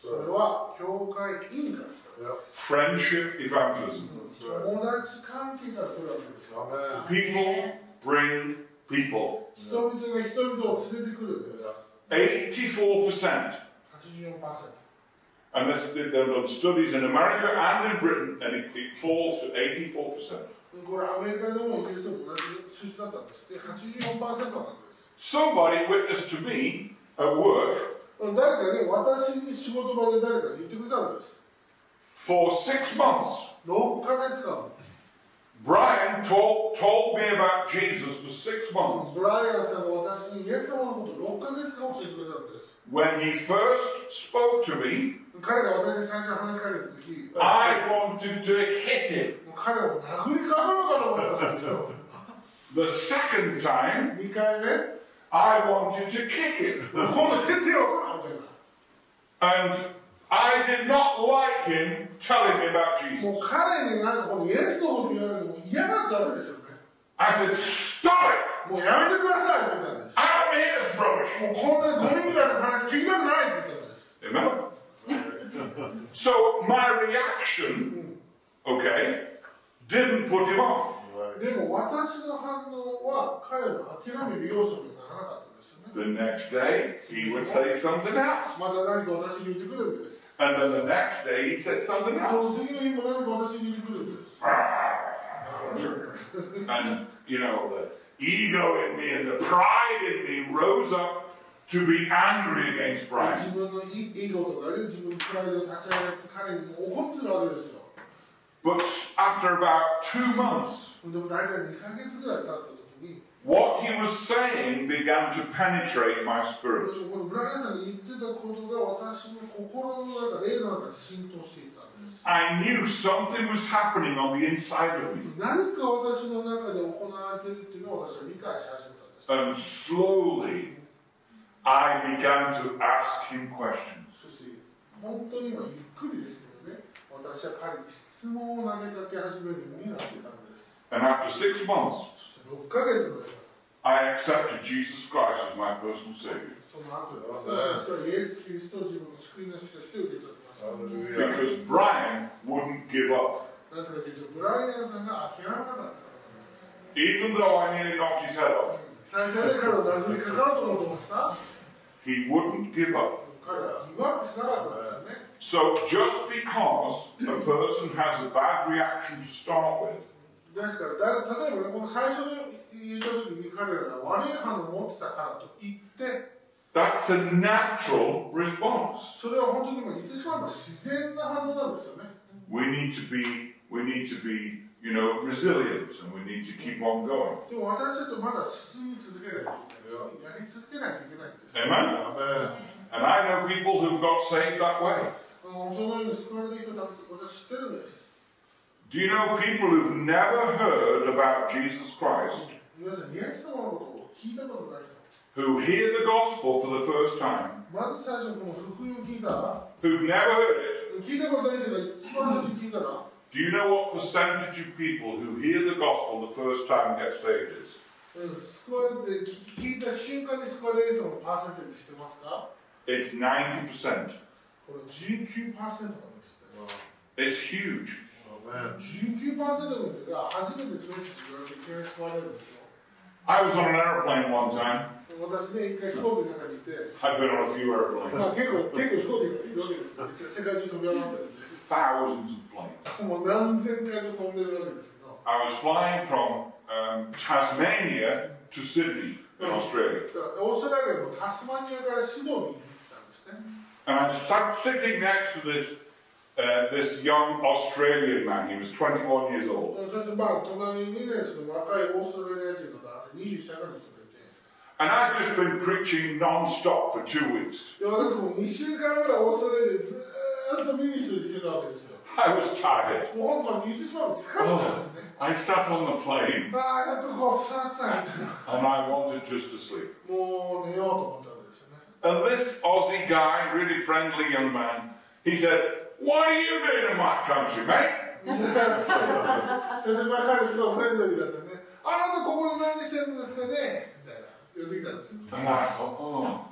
Speaker 3: それは教会員から来
Speaker 2: Friendship evangelism.
Speaker 3: てる友達関係から来るわけですよ
Speaker 2: People bring people.
Speaker 3: 人々が人々を連れてくるんです
Speaker 2: 84%.
Speaker 3: 84%
Speaker 2: And that's, they've done studies in America and in Britain, and it, it falls to 84%.
Speaker 3: これアメリカでもイギリスでも同じ数字だったんですって84%なんです
Speaker 2: Somebody witnessed to me at work
Speaker 3: 誰かね私に仕事場で誰か言ってくれたんです
Speaker 2: for six months.
Speaker 3: 6ヶ月間
Speaker 2: Brian told, told me about Jesus for six months.
Speaker 3: ブライアンさんが私にイエス様のことを6ヶ月間教えてくれたんです
Speaker 2: When he first spoke to me,
Speaker 3: 彼が私に最初に話しかけた時
Speaker 2: I wanted to hit him.
Speaker 3: もう彼を殴りかかろうかと思ったんですよ
Speaker 2: The second time,
Speaker 3: 2回目
Speaker 2: I wanted to kick him.
Speaker 3: 今度出てよほらみたいな
Speaker 2: And I did not like him telling me about Jesus.
Speaker 3: もう彼になんかこのイエスのこと言われても嫌だったわけですよね
Speaker 2: I said, Stop it!
Speaker 3: もうやめてくださいって言ったんです
Speaker 2: I don't hear this rubbish.
Speaker 3: もうこんなゴミみたいな話聞きたくないって言ったんです
Speaker 2: Remember? so my reaction, okay, didn't put him off.
Speaker 3: でも私の反応は彼の諦める要素にならなかったですよね。
Speaker 2: The next day, he would say something else.
Speaker 3: また何か私に言ってくるんです。
Speaker 2: And then the next day, he said something
Speaker 3: そ
Speaker 2: else.
Speaker 3: の次の日も何か私に言ってくるんです。
Speaker 2: And, you know, the ego in me and the pride in me rose up to be angry against Brian.
Speaker 3: 自分のイイゴとかで自分のプライドを立ち上げて彼に怒ってるわけですよ。
Speaker 2: But after about two months,
Speaker 3: でも大体2ヶ月ぐらい経った時に、
Speaker 2: what he was saying began to penetrate my spirit.
Speaker 3: このブライアンさんが言ってたことが私の心の中、霊の中に浸透していたんです。
Speaker 2: I knew something was happening on the inside of me.
Speaker 3: 何か私の中で行われてるっていうのを私は理解し始めたんで
Speaker 2: And
Speaker 3: す。
Speaker 2: slowly, I began to ask him questions.
Speaker 3: そして本当に今ゆっくりですけどね私は彼に質問を投げかけ始めるようになってたんです
Speaker 2: And after six months,
Speaker 3: そして6ヶ月の間
Speaker 2: I accepted Jesus Christ as my personal Savior
Speaker 3: その後で私はイエス・キリストを自分の救い主として受け取りました
Speaker 2: because Brian wouldn't give up.
Speaker 3: なぜかというとブライアンさんが諦めなかったから
Speaker 2: Even though I nearly knocked his head off,
Speaker 3: 最初はね彼を殴りかかろうと思ってました
Speaker 2: he wouldn't give up.
Speaker 3: 彼はギブアップしなかったんですよね
Speaker 2: So just because a person has a bad reaction to start with,
Speaker 3: ですからだ例えばねこの最初に言った時に彼らが悪い反応を持ってたからと言って
Speaker 2: that's a natural response.
Speaker 3: それは本当にもう言ってしまえば自然な反応なんですよね
Speaker 2: We need to be we need to be, you know, resilient and we need to keep on going.
Speaker 3: でも私たちはまだ進み続けないといけないですねやり続けないといけないんです。
Speaker 2: Amen? And I know people who got saved that way.
Speaker 3: あのそのように救われていくため私知ってるんです。
Speaker 2: Do you know people who've never heard about Jesus Christ
Speaker 3: 皆さん、イエス様のことを聞いたことない人
Speaker 2: who hear the gospel for the first time,
Speaker 3: まず最初、この福音を聞いたら、
Speaker 2: who've never heard it?
Speaker 3: 聞いたことない人が一番最初に聞いたら、
Speaker 2: Do you know what percentage of people who hear the gospel the first time get saved is?
Speaker 3: うん救われて聞聞いた瞬間に救われる人のパーセンテージ知ってますか
Speaker 2: It's 90%.
Speaker 3: これ19%なんですって。
Speaker 2: It's huge.
Speaker 3: 19%の人が初めてクリスチャンに経験救われるんですよ。
Speaker 2: I was on an aeroplane one time.
Speaker 3: 私ね、一回飛行機の中にいて、
Speaker 2: I've been on a few
Speaker 3: ま
Speaker 2: aeroplanes,
Speaker 3: あ結構、結構飛行機がいるわけですよ。別に世界中飛び上がってるんです。
Speaker 2: thousands of planes.
Speaker 3: もう何千回も飛んでるわけですけど、
Speaker 2: I was flying from um, Tasmania to Sydney in Australia.
Speaker 3: だからオーストラリアのタスマニアからシドニーに行ったんですね。
Speaker 2: And I sat sitting next to this, uh, this young Australian man. He was 21 years old.
Speaker 3: そしてまあ隣にね、その若いオーストラリア人の男性、21歳ぐらいの人がいて、
Speaker 2: And I'd just been preaching non-stop for two weeks.
Speaker 3: で私も2週間ぐらいオーストラリアでずーっとミニストリーしてたわけですよ。
Speaker 2: I was tired. Oh,
Speaker 3: もう本当に言ってしまうと疲れたんですね。
Speaker 2: I sat on the plane
Speaker 3: ああ、やっとこう座ったみた
Speaker 2: and
Speaker 3: いな。
Speaker 2: I wanted just to sleep.
Speaker 3: もう寝ようと思ったわけですよね。
Speaker 2: And this Aussie guy, really friendly young man, he said, What are you doing in my country, mate?
Speaker 3: 先生ばっかりすごいフレンドリーだったね。あなたここで何してるんですかねみたいな。言ってきたんですよ。
Speaker 2: And I thought, Oh,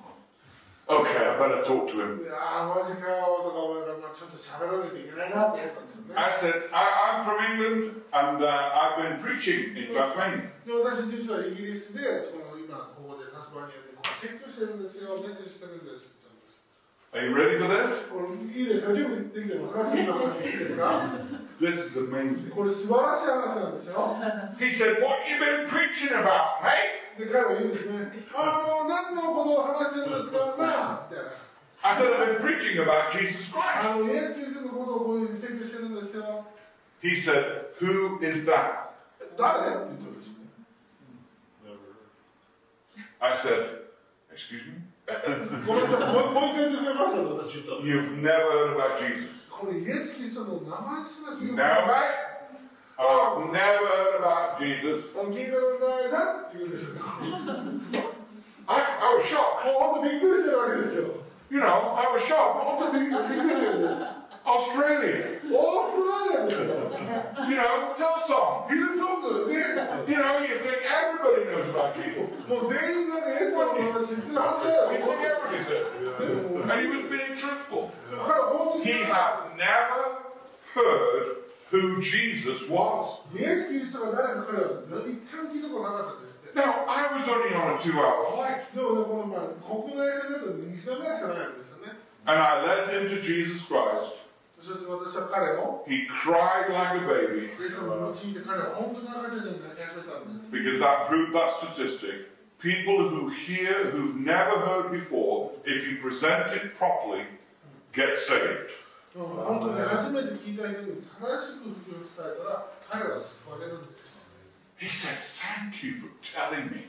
Speaker 2: okay, I better talk to him.
Speaker 3: いやー、マジかよとか思いながら、まあ、ちょっと喋らなきゃいけないなと思ったんですよね。
Speaker 2: I said, I- I'm from England and uh, I've been preaching in Tasmania.
Speaker 3: で私実はイギリスでこの今ここでタスマニアでここ説教してるんですよメッセージしてるんですって言ったんです
Speaker 2: Are you ready for this?
Speaker 3: これいいですか準備できてますか次の話いいですか
Speaker 2: This is amazing.
Speaker 3: これ素晴らしい話なんですよ
Speaker 2: He said, What you been preaching about, mate?
Speaker 3: で彼は言うんですねあの何のことを話してるんですかなあみたいな
Speaker 2: I said, I've been preaching about Jesus Christ.
Speaker 3: あのイエス・キリストのことをこういう説教してるんですよ
Speaker 2: He said, Who is that?
Speaker 3: 誰って言ったんですね
Speaker 2: I said, Excuse me?
Speaker 3: ごめんなさいもうもう一回言ってくれますか私言ったの
Speaker 2: You've never heard about Jesus.
Speaker 3: これイエス・キリストの名前すら聞い
Speaker 2: No,
Speaker 3: たこと
Speaker 2: mate? I've
Speaker 3: ない
Speaker 2: never heard about Jesus.
Speaker 3: あの聞いたことないなって言うんですよ
Speaker 2: I, I was shocked.
Speaker 3: もう本当びっくりしてるわけですよ
Speaker 2: You know, I was shocked.
Speaker 3: 本当びっくりびっくりしてるんです
Speaker 2: Australia.
Speaker 3: オーストラリアだよ。
Speaker 2: You know, Hillsong.
Speaker 3: ヒルソングね、
Speaker 2: You know, you think everybody knows about Jesus.
Speaker 3: もう全員がね、エスさんの話知ってるはずだ
Speaker 2: You
Speaker 3: よ。
Speaker 2: think everybody does. And he was being truthful.
Speaker 3: だから本当に
Speaker 2: He had never heard who Jesus was.
Speaker 3: イエス・キリストが誰か彼は一回も聞いたことなかったですって。
Speaker 2: Now, I was only on a two hour flight,
Speaker 3: でもね、このまあ国内線だと2時間ぐらいしかないわけですよね。
Speaker 2: and I led him to Jesus Christ.
Speaker 3: そして私は彼を、
Speaker 2: He cried like a baby
Speaker 3: イエス様の導いて彼は本当に赤ちゃんになり始めたんです。
Speaker 2: because that proved that statistic. People who hear, who've never heard before, if you present it properly, get saved.
Speaker 3: もう本当に初めて聞いた人に正しく復を伝えたら、彼は救われるんです。
Speaker 2: He said, Thank you for telling me.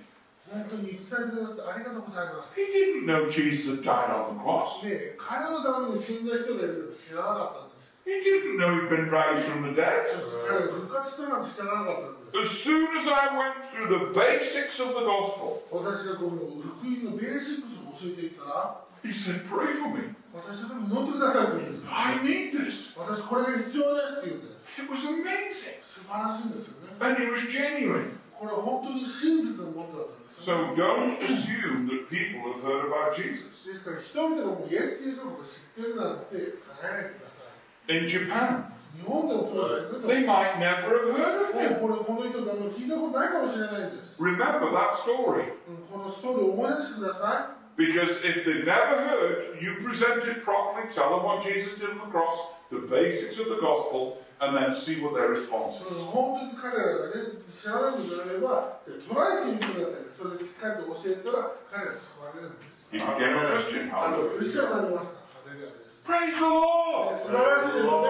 Speaker 3: 本当に伝えてくださってありがとうございます。
Speaker 2: He didn't know Jesus had died on the cross.
Speaker 3: ね、彼のために死んだ人がいると知らなかったんです。
Speaker 2: He didn't know he'd been raised from the dead.
Speaker 3: 彼が復活したなんて知らなかったんで
Speaker 2: As
Speaker 3: す。
Speaker 2: soon as I went through the basics of the gospel,
Speaker 3: 私がこの福音のベーシックスを教えていったら、
Speaker 2: he said, Pray for me.
Speaker 3: 私が祈ってくださいって言うんです。
Speaker 2: I need this.
Speaker 3: 私これが必要ですって言うんで
Speaker 2: It was amazing.
Speaker 3: す。素晴らしいんですよね。
Speaker 2: And it was genuine.
Speaker 3: これ本当に真実のものだったんですよ。
Speaker 2: So don't assume that people have heard about Jesus.
Speaker 3: ですから人々がもうイエス・キリストのことを知ってるなんて考えないでください。
Speaker 2: In Japan,
Speaker 3: 日本でもそうですよ
Speaker 2: they
Speaker 3: ね。
Speaker 2: might never have heard of
Speaker 3: もう
Speaker 2: him.
Speaker 3: これこの人誰も聞いたことないかもしれないんです。
Speaker 2: Remember that story.
Speaker 3: うんこのストーリーを思い出してください。
Speaker 2: Because if they've never heard, you present it properly, tell them what Jesus did on the cross, the basics of the gospel, and then see what their response
Speaker 3: そ
Speaker 2: is.
Speaker 3: の本当に彼らがね、知らないのであれば、じゃあトライしてみてください。それしっかりと教えたら、彼らは救われるんです。
Speaker 2: He became a Christian.
Speaker 3: あの、
Speaker 2: Hallelujah.
Speaker 3: クリスチャンになりました。ハレルヤです。
Speaker 2: Praise the Lord!
Speaker 3: 素晴らしいですね、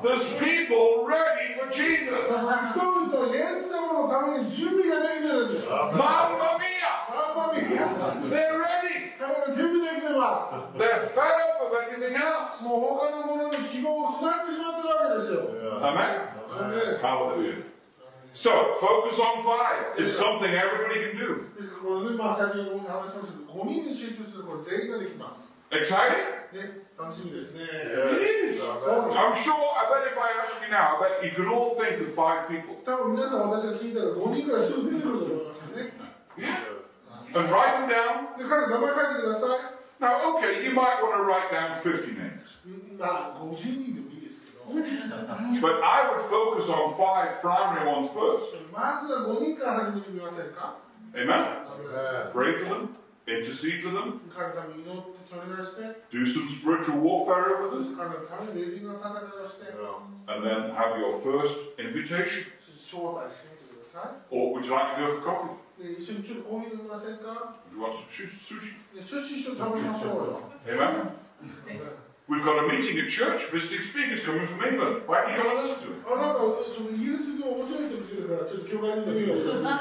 Speaker 2: There's people ready for for Jesus.
Speaker 3: ら人々はイエス様のために準備ができてるんです。バ
Speaker 2: Mamma mia!
Speaker 3: ンバミ彼
Speaker 2: They're ready.
Speaker 3: が準備できてま
Speaker 2: They're fed up of anything else.
Speaker 3: す。もう他のものに希望を失ってしまってるわけですよ。
Speaker 2: Amen.
Speaker 3: で
Speaker 2: Hallelujah. So focus on five. It's something everybody can do.
Speaker 3: ですからこのね、まあ、先ほど話しましたけど、5人に集中するこれ全員ができます。
Speaker 2: Exciting?
Speaker 3: ね、楽しみですね。
Speaker 2: It is. I'm sure. I bet if I ask you now, I bet you can all think of five people
Speaker 3: 多分皆さん私が聞いたら5人ぐらいすぐ出てくると思いますよね。
Speaker 2: and write them down.
Speaker 3: で、彼名前書いてくださ
Speaker 2: Now, okay, you might want to write down 50 names,
Speaker 3: い。んまあ、50人でもいいですけど、
Speaker 2: but I would focus on five primary ones first.
Speaker 3: まずは5人から始めてみませんか
Speaker 2: Amen.
Speaker 3: あの
Speaker 2: Pray for them, intercede for them,
Speaker 3: 彼のために祈って取り出して、
Speaker 2: do some spiritual warfare
Speaker 3: そ
Speaker 2: with
Speaker 3: し
Speaker 2: them,
Speaker 3: て彼のためにレーディングの戦いをして、
Speaker 2: and then have your first invitation.
Speaker 3: そして招待してみてくださ
Speaker 2: Or would you like to go for coffee?
Speaker 3: い。で、一緒にちょっとコーヒー飲みませんか
Speaker 2: Would you want some sushi? sushi?
Speaker 3: で、寿司一緒に食べましょうよ。
Speaker 2: Amen. We've got a meeting at church. Visiting speakers coming from England. Why are you going to listen to it?
Speaker 3: あ、なんか、そのイギリスの面白い人見てるから、ちょっと教会に行ってみようよ。
Speaker 2: Amen.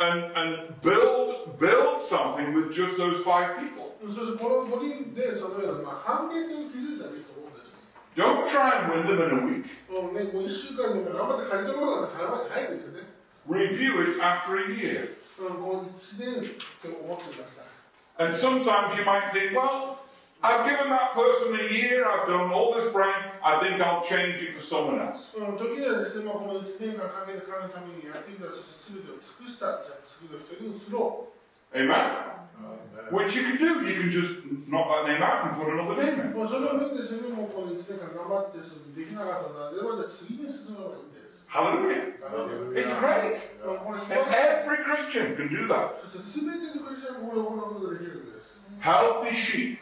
Speaker 2: And and build build something with just those five people.
Speaker 3: そしてこの五人でそのような、まあ、関係性を築いたらいいと思うんです。
Speaker 2: Don't try and win them in a week.
Speaker 3: もうね、もう1週間でも頑張って借りたことなんて払わないですよね。
Speaker 2: Review it after a year.
Speaker 3: うん、こう1年って思ってください。
Speaker 2: And sometimes you might think, well, I've given that person a year. I've done all this praying. I think I'll change it for someone else.
Speaker 3: うん、時にはですね、まあ、この1年間かけて彼のためにやってきたら、そして全てを尽くした、じゃあ次の人に移ろう。
Speaker 2: Amen. Which you can do. You can just knock that name out and put another name in.
Speaker 3: もうそれを見て、それもうこの1年間頑張って、それでできなかったのであれば、じゃあ次に進むのがいいんです。
Speaker 2: Hallelujah.
Speaker 3: だからね
Speaker 2: It's great.
Speaker 3: まあこれ素
Speaker 2: And
Speaker 3: 晴らしい
Speaker 2: every Christian can do that.
Speaker 3: そして全てのクリスチャンがこれを行うことができるんです。
Speaker 2: Healthy sheep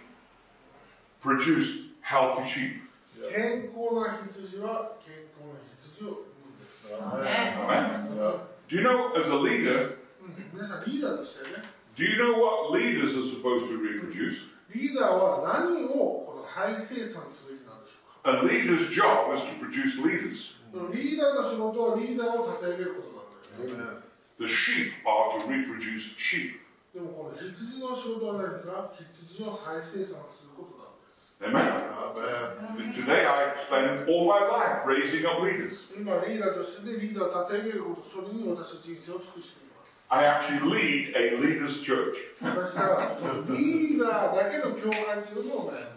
Speaker 2: produce healthy sheep.
Speaker 3: 健康な羊は健康な羊を産むんです。
Speaker 2: Amen. Do you know, as a leader,
Speaker 3: うん皆さんリーダーとしてね、
Speaker 2: do you know what leaders are supposed to reproduce?
Speaker 3: リーダーは何をこの再生産すべきなんでしょ
Speaker 2: A leader's job is to produce leaders.
Speaker 3: うか、リーダーの仕事はリーダーを立て上げることなんだよね。
Speaker 2: The sheep are to reproduce sheep.
Speaker 3: でもこの羊の仕事は何か、羊を再生産することなんです。
Speaker 2: Amen. And today I spend all my life raising up leaders.
Speaker 3: 今リーダーとしてね、リーダーを立て上げること、それに私の人生を尽くしています。
Speaker 2: I actually lead a leaders' church.
Speaker 3: 私はこのリーダーだけの教会っていうのをね、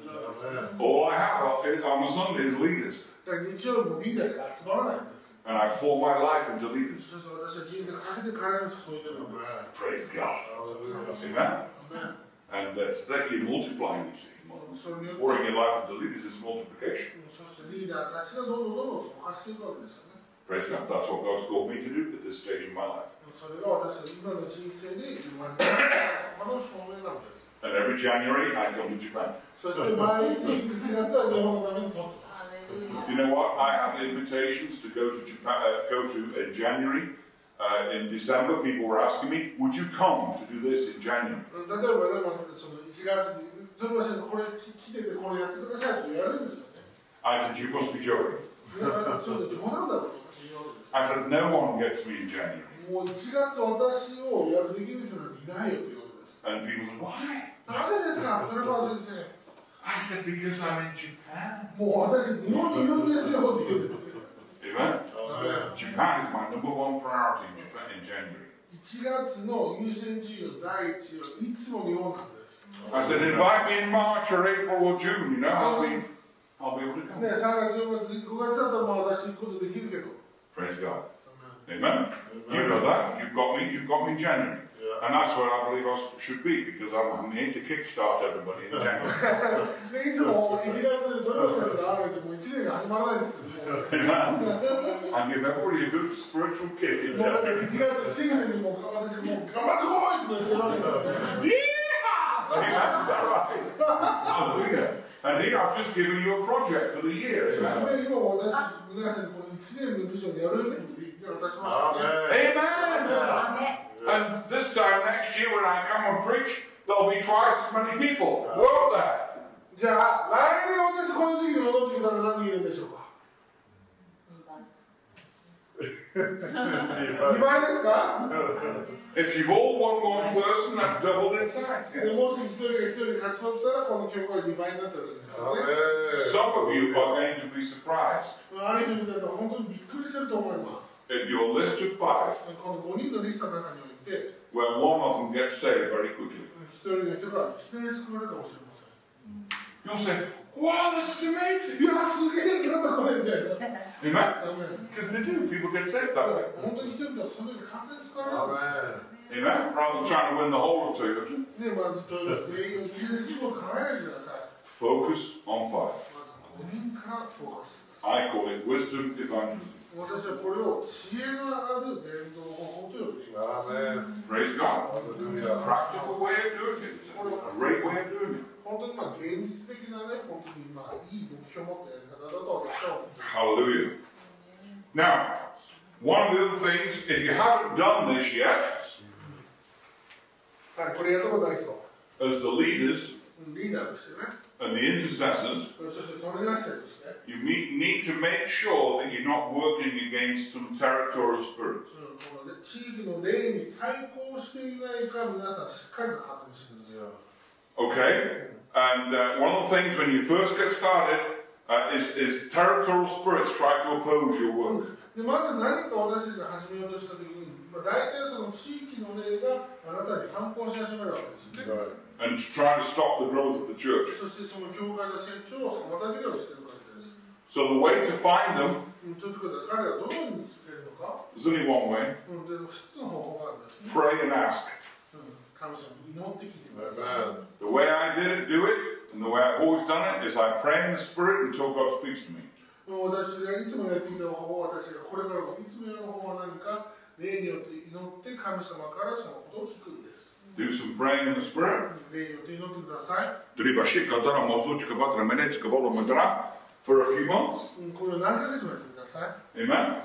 Speaker 2: All I have on on a Sunday is leaders,
Speaker 3: だから日曜日もリーダーしか集まらないんです。
Speaker 2: and I pour my life into leaders.
Speaker 3: そして私は人生かけて彼らに注いでるんです。
Speaker 2: Praise God. Amen. And that's that you multiplying these things.
Speaker 3: それによって、
Speaker 2: Pouring your life into leaders is multiplication.
Speaker 3: そしてリーダーたちがどんどんどんどん増加していくわけですよね。
Speaker 2: Praise God. That's what God's called me to do at this stage in my life.
Speaker 3: それが私の今の人生で生まれた他の証明なんです。
Speaker 2: And every January I come to Japan.
Speaker 3: そして毎日1月は日本のために取ってます。
Speaker 2: Do you know what? I have invitations to go to Japan. Uh, go to in January. Uh, in December, people were asking me, "Would you come to do this in January?"
Speaker 3: 例えば、でもその1月に、例えばこれ来ててこれやってくださいって言われるんですよね。
Speaker 2: I said, "You must be joking."
Speaker 3: でそれで冗談だろうと私言うわけです。
Speaker 2: I said, "No one gets me in January."
Speaker 3: もう1月私を予約できる人なんていないよということです。
Speaker 2: And people said, "Why?"
Speaker 3: なぜですか、それは先生。
Speaker 2: I said, "Because I'm in Japan."
Speaker 3: もう私、日本にいるんですよって言うんですよ。
Speaker 2: Amen. "Uh, Japan is my number one priority in Japan in January.
Speaker 3: 1月の優先順位の第一位はいつも日本なんです。ね、
Speaker 2: I said, "Invite me in March or April or June. You know, I'll be, I'll be able to come."
Speaker 3: 3月、4月、5月だったらまあ私行くことできるけど、
Speaker 2: Praise God. Amen. You know that. You've got me. You've got me in January, and that's where I believe I s- should be because I'm, I'm here to kickstart everybody in January.
Speaker 3: でいつも1月でどれの先があるってもう1年が始まらないんですよ。もう
Speaker 2: Amen. I give everybody a good spiritual kick in
Speaker 3: もうなん
Speaker 2: January.
Speaker 3: か1月新年にもう私もう頑張ってこいって言ってるわけですね。
Speaker 2: Yeah. Amen. Is that right? Hallelujah. And here I've just given you a project for the year.
Speaker 3: そ
Speaker 2: Amen.
Speaker 3: して今私、皆さんにこの1年のビジョンでやるってことで言って渡しましたね。
Speaker 2: Amen. And this time next year when I come and preach, there'll be twice as many people, won't there?
Speaker 3: じゃあ、来年私この時期に戻ってきたら何人いるんでしょうか2倍ですか
Speaker 2: If you've all won one person, that's doubled in size.
Speaker 3: で
Speaker 2: yes.
Speaker 3: もし1人が1人勝ち取ったらこの教会は2倍になったわけですよね。
Speaker 2: Some of you are going to be surprised
Speaker 3: ある意味見たら本当にびっくりすると思います。
Speaker 2: at your list of five,
Speaker 3: この5人のリストの中において、
Speaker 2: where one of them gets saved very quickly.
Speaker 3: 1人の人が否定救われるかもしれません。
Speaker 2: You'll say, wow, that's amazing.
Speaker 3: いや、すげえ、なんだこれみたいな。
Speaker 2: Amen?
Speaker 3: ダメ
Speaker 2: Because they do. People get saved that way.
Speaker 3: 本当に人々はその時完全に救われるん
Speaker 1: Amen.
Speaker 3: です。
Speaker 2: Amen? Rather than trying to win the whole of Toyota,
Speaker 3: ね、まず、全員受け入れすることを考えないでください。
Speaker 2: focus on five.
Speaker 3: まず、5人からフォーカスしてください。
Speaker 2: I call it wisdom evangelism.
Speaker 3: 私はこれを知恵がある伝道方法と呼んでいます。
Speaker 1: Amen.
Speaker 2: Praise God. A
Speaker 1: Hallelujah.
Speaker 2: practical way of doing it. It's a great way of doing it.
Speaker 3: 本当にまあ現実的なね、本当にまあいい目標を持ったやり方だと私は思ってます。
Speaker 2: Hallelujah. Now, one of the other things, if you haven't done this yet,
Speaker 3: はい、これやったことない人、
Speaker 2: as the leaders
Speaker 3: リーダーとしてね、
Speaker 2: and the intercessors,
Speaker 3: そして取り出してとして、
Speaker 2: you need, need to make sure that you're not working against some territorial spirits.
Speaker 3: うんこのね、地域の霊に対抗していないか皆さんしっかりと確認してください。
Speaker 2: Okay? And uh, one of the things when you first get started uh, is, is territorial spirits try to oppose your work.
Speaker 3: でまず何か私たちが始めようとしたときに、まあ、大体その地域の霊があなたに反抗し始めるわけですよね。
Speaker 2: and to try to stop the growth of the church.
Speaker 3: そしてその教会の成長を妨げるようにしてるわけです。
Speaker 2: So the way to find them,
Speaker 3: うんということで彼らはどのように見つけるのか、
Speaker 2: there's only one way
Speaker 3: うん、で一つの方法があるんですね。
Speaker 2: pray and ask.
Speaker 3: うん、神様に祈って聞いてくだ
Speaker 1: Amen.
Speaker 3: さい。
Speaker 2: The way I did it, do it, and the way I've always done it is I pray in the Spirit until God speaks to me.
Speaker 3: もう私がいつもやってきた方法私がこれからもいつもやる方法は何か霊によって祈って神様からそのことを聞くんです
Speaker 2: Do some praying in the Spirit.
Speaker 3: 霊によって祈ってくださ
Speaker 2: Driba shika, dara mazlučka, vatra menečka, volo madra, For a few months,
Speaker 3: い、うん、これを何ヶ月もやってください
Speaker 2: amen.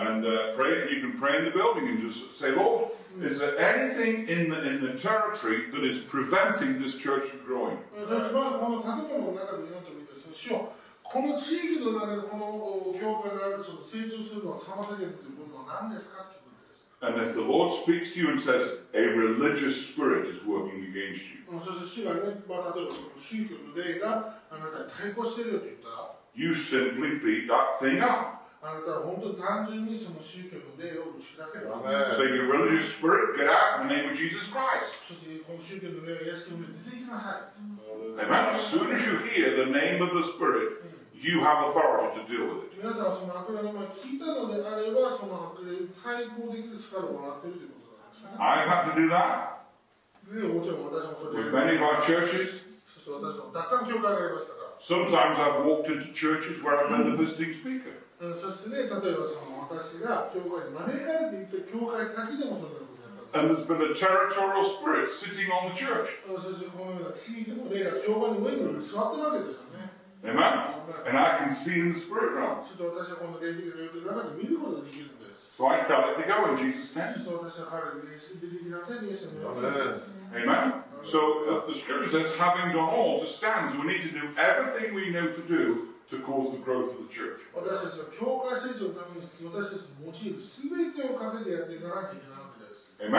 Speaker 1: Amen.
Speaker 2: And uh, pray. You can pray in the building and just say, Lord, is there anything in the in the territory that is preventing this church from growing?
Speaker 3: うんそしてまあこの建物の中で祈ってみてその主よこの地域の中でこのお教会がその成長するのを妨げるというものは何ですかって聞くんです
Speaker 2: And if the Lord speaks to you and says, a religious spirit is working against you,
Speaker 3: うんそして主がね、まあ、例えばその宗教の霊があなたに対抗してるよと言ったら
Speaker 2: you simply beat that thing up.
Speaker 3: あなたは本当に単純にその宗教の霊を打ち砕けば
Speaker 2: Say,
Speaker 1: Amen.
Speaker 2: you religious spirit, get out in the name of Jesus Christ.
Speaker 3: そしてこの宗教の例をイエスに出てきなさい。
Speaker 2: Amen. As soon as you hear the name of the spirit, you have authority to deal with it.
Speaker 3: 皆さんはその悪霊の名前を聞いたのであれば、その悪霊に対抗できる力をもらっているということなん
Speaker 2: I've had to do that
Speaker 3: ですね。で、もちろん私もそれ
Speaker 2: with
Speaker 3: で、
Speaker 2: many of our churches.
Speaker 3: そして私もたくさん教会がありましたか
Speaker 2: Sometimes I've walked into churches where I've been the visiting speaker.
Speaker 3: ら。うん、そしてね、例えばその私が教会に招かれていった教会先でもそのようなことやったん
Speaker 2: And there's been a territorial spirit sitting on the church.
Speaker 3: です。そしてこのような地域の霊が教会の上に座ってるわけですよね。
Speaker 2: Amen. And I can see in the spirit realm.
Speaker 3: そして私はこの霊的領域の中で見ることができるんです。
Speaker 2: So I tell it to go in Jesus' name.
Speaker 3: そして私は彼に出てきなさい、イエスの名前を言うんです
Speaker 2: Amen. So uh, the, the scripture says, having done all to stand, so we need to do everything we know to do to cause the growth of the church.
Speaker 3: 私たちは教会成長のために私たちの用いる全てをかけてやっていかなきゃいけないわけです。
Speaker 2: Amen.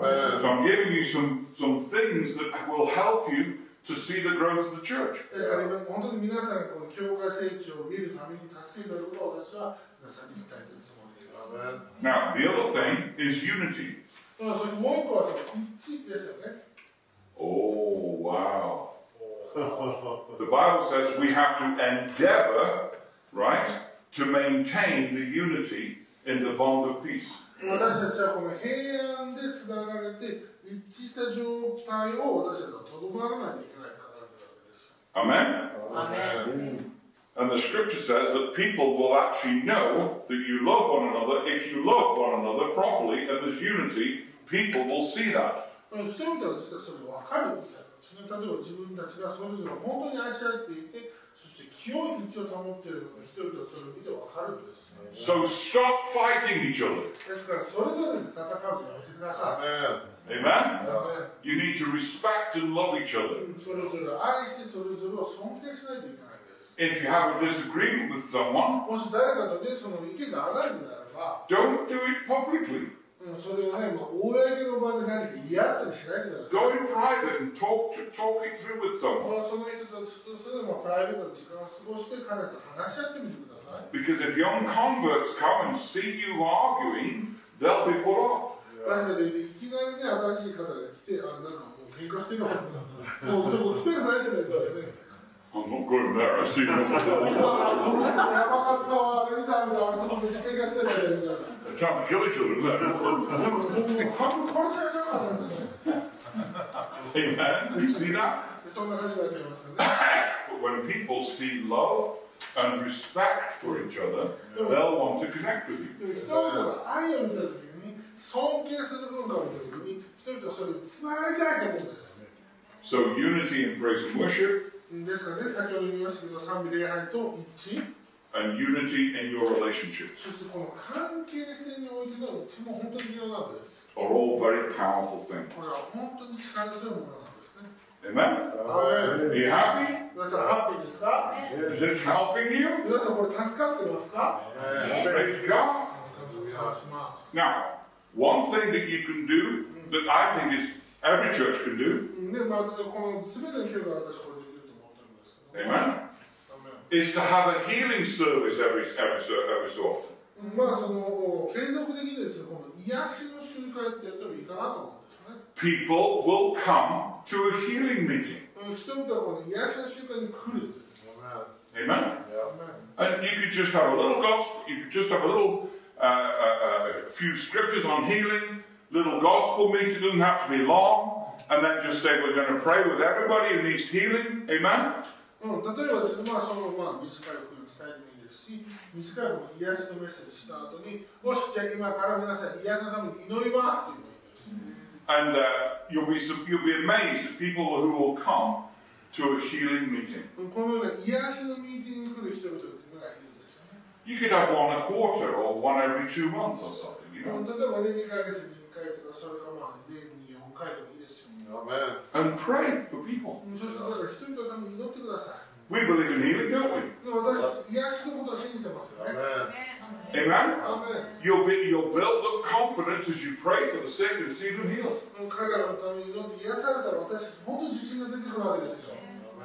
Speaker 1: Amen.
Speaker 2: So I'm giving you some, some things that will help you to see the growth of the church.
Speaker 3: ですから今本当に皆さんこの教会成長を見るために助けになることを私は皆さんに伝えているつもりです。
Speaker 1: Amen.
Speaker 2: Now, the other thing is unity.
Speaker 3: まあ、そしてもう一個は一致ですよね。
Speaker 2: Oh, wow. The Bible says we have to endeavor, right, to maintain the unity in the bond of peace.
Speaker 3: 私たちはこの平安でつながれて一致した状態を私たちはとどまらないといけないからなんですわけです。
Speaker 2: Amen.
Speaker 1: Amen.
Speaker 2: And the scripture says that people will actually know that you love one another if you love one another properly and there's unity, people will see that.
Speaker 3: 人々は実はそれ分かるみたいなんですね。例えば自分たちがそれぞれ本当に愛し合っていて、そして清い道を保っているのが人々はそれを見て分かかるんですね。
Speaker 2: So stop fighting each other.
Speaker 3: ですから、それぞれで戦うのやめてくださ
Speaker 1: Amen.
Speaker 2: Amen?
Speaker 3: い。だからね
Speaker 2: You need to respect and love each other.
Speaker 3: それぞれ愛し、それぞれを尊敬しないといけないんです。
Speaker 2: If you have a disagreement with someone,
Speaker 3: もし誰かとね、その意見が合わないのであれば、
Speaker 2: don't do it publicly.
Speaker 3: うんそれをね、まあ、公の場で何か言い合ったりしないでください。
Speaker 2: Go in private and talk to talk it through with someone.
Speaker 3: まあその人たちとそれでもプライベートの時間を過ごして彼と話し合ってみてください。
Speaker 2: Because if young converts come and see you arguing, they'll be put off.
Speaker 3: だけど、いきなりね、新しい方が来て、あ、なんかもう喧嘩してるわ。もうそこ来てるないじゃないですかね。
Speaker 2: I'm not going there, I've seen enough of that.
Speaker 3: この人やばかったわ、何食べたわ、そこめっちゃ喧嘩してたよみたいな。
Speaker 2: They're trying to kill each other, isn't
Speaker 3: でも、もう半分殺されちゃうからなんですよね。
Speaker 2: they? Amen? You see that?
Speaker 3: そんな感じになっちゃいますよね。
Speaker 2: But when people see love and respect for each other, they'll want to connect with you.
Speaker 3: でも人々が愛を見たときに、尊敬する文化を見たときに、人々はそれにつながりたいと思うんです。
Speaker 2: So unity in praise and worship,
Speaker 3: ですからね、先ほど言いましたけど、賛美礼拝と一致、
Speaker 2: and unity in your relationships
Speaker 3: そしてこの関係性においての一致も本当に重要なんです。
Speaker 2: are all very powerful things.
Speaker 3: これは本当に力強いものなんですね。
Speaker 2: Amen? Are
Speaker 1: Amen.
Speaker 2: you happy?
Speaker 3: 皆さん、ハッピーですか
Speaker 2: Is this helping you?
Speaker 3: 皆さん、これ、助かってますか
Speaker 2: Praise God.
Speaker 3: 感謝します。
Speaker 2: Now, one thing that you can do that I think is every church can do,
Speaker 3: で、まあ、この全ての人が私、これできると思ってるんですけど、
Speaker 2: amen,
Speaker 3: ダメ
Speaker 2: is to have a healing service every every so, every so often.
Speaker 3: まあ、その、継続的にですね、この癒しの集会ってやってもいいかなと思うんですね。
Speaker 2: People will come to a healing meeting,
Speaker 3: うん人々はこの癒しの集会に来るんです。
Speaker 2: amen.
Speaker 3: ダメ
Speaker 2: And you could just have a little gospel. You could just have a little uh, uh, uh, a few scriptures on healing, little gospel meeting. It doesn't have to be long. And then just say we're going to pray with everybody who needs healing, amen.
Speaker 3: うん、例えばですね、まあそのまあ、短い服にしたいでもいいですし、短い服癒しのメッセージした後に、もしじゃあ今から皆さん、癒しのために祈りますっていうのがいいです、
Speaker 2: And uh, you'll, be, su- you'll be amazed at people who will come to a healing meeting.
Speaker 3: うんこのような癒しのミーティングに来る人々っていうのがいるんですよね。
Speaker 2: You could have one a quarter or one every two months or something, you
Speaker 3: うん
Speaker 2: know.
Speaker 3: 例えばね、2ヶ月に1回とか、それかまあ年に4回でもいいですよ。うん
Speaker 1: Amen.
Speaker 2: And pray for people.
Speaker 3: そしてだから人々のために祈ってください。
Speaker 2: We believe in healing, don't
Speaker 3: で私、癒しのことを信じてますよね。
Speaker 1: Amen.
Speaker 2: we? Amen?
Speaker 3: アーメン
Speaker 2: You'll, be, you'll build up confidence as you pray for the sick and see them healed.
Speaker 3: うん彼らのために祈って癒されたら私、本当に自信が出てくるわけですよ。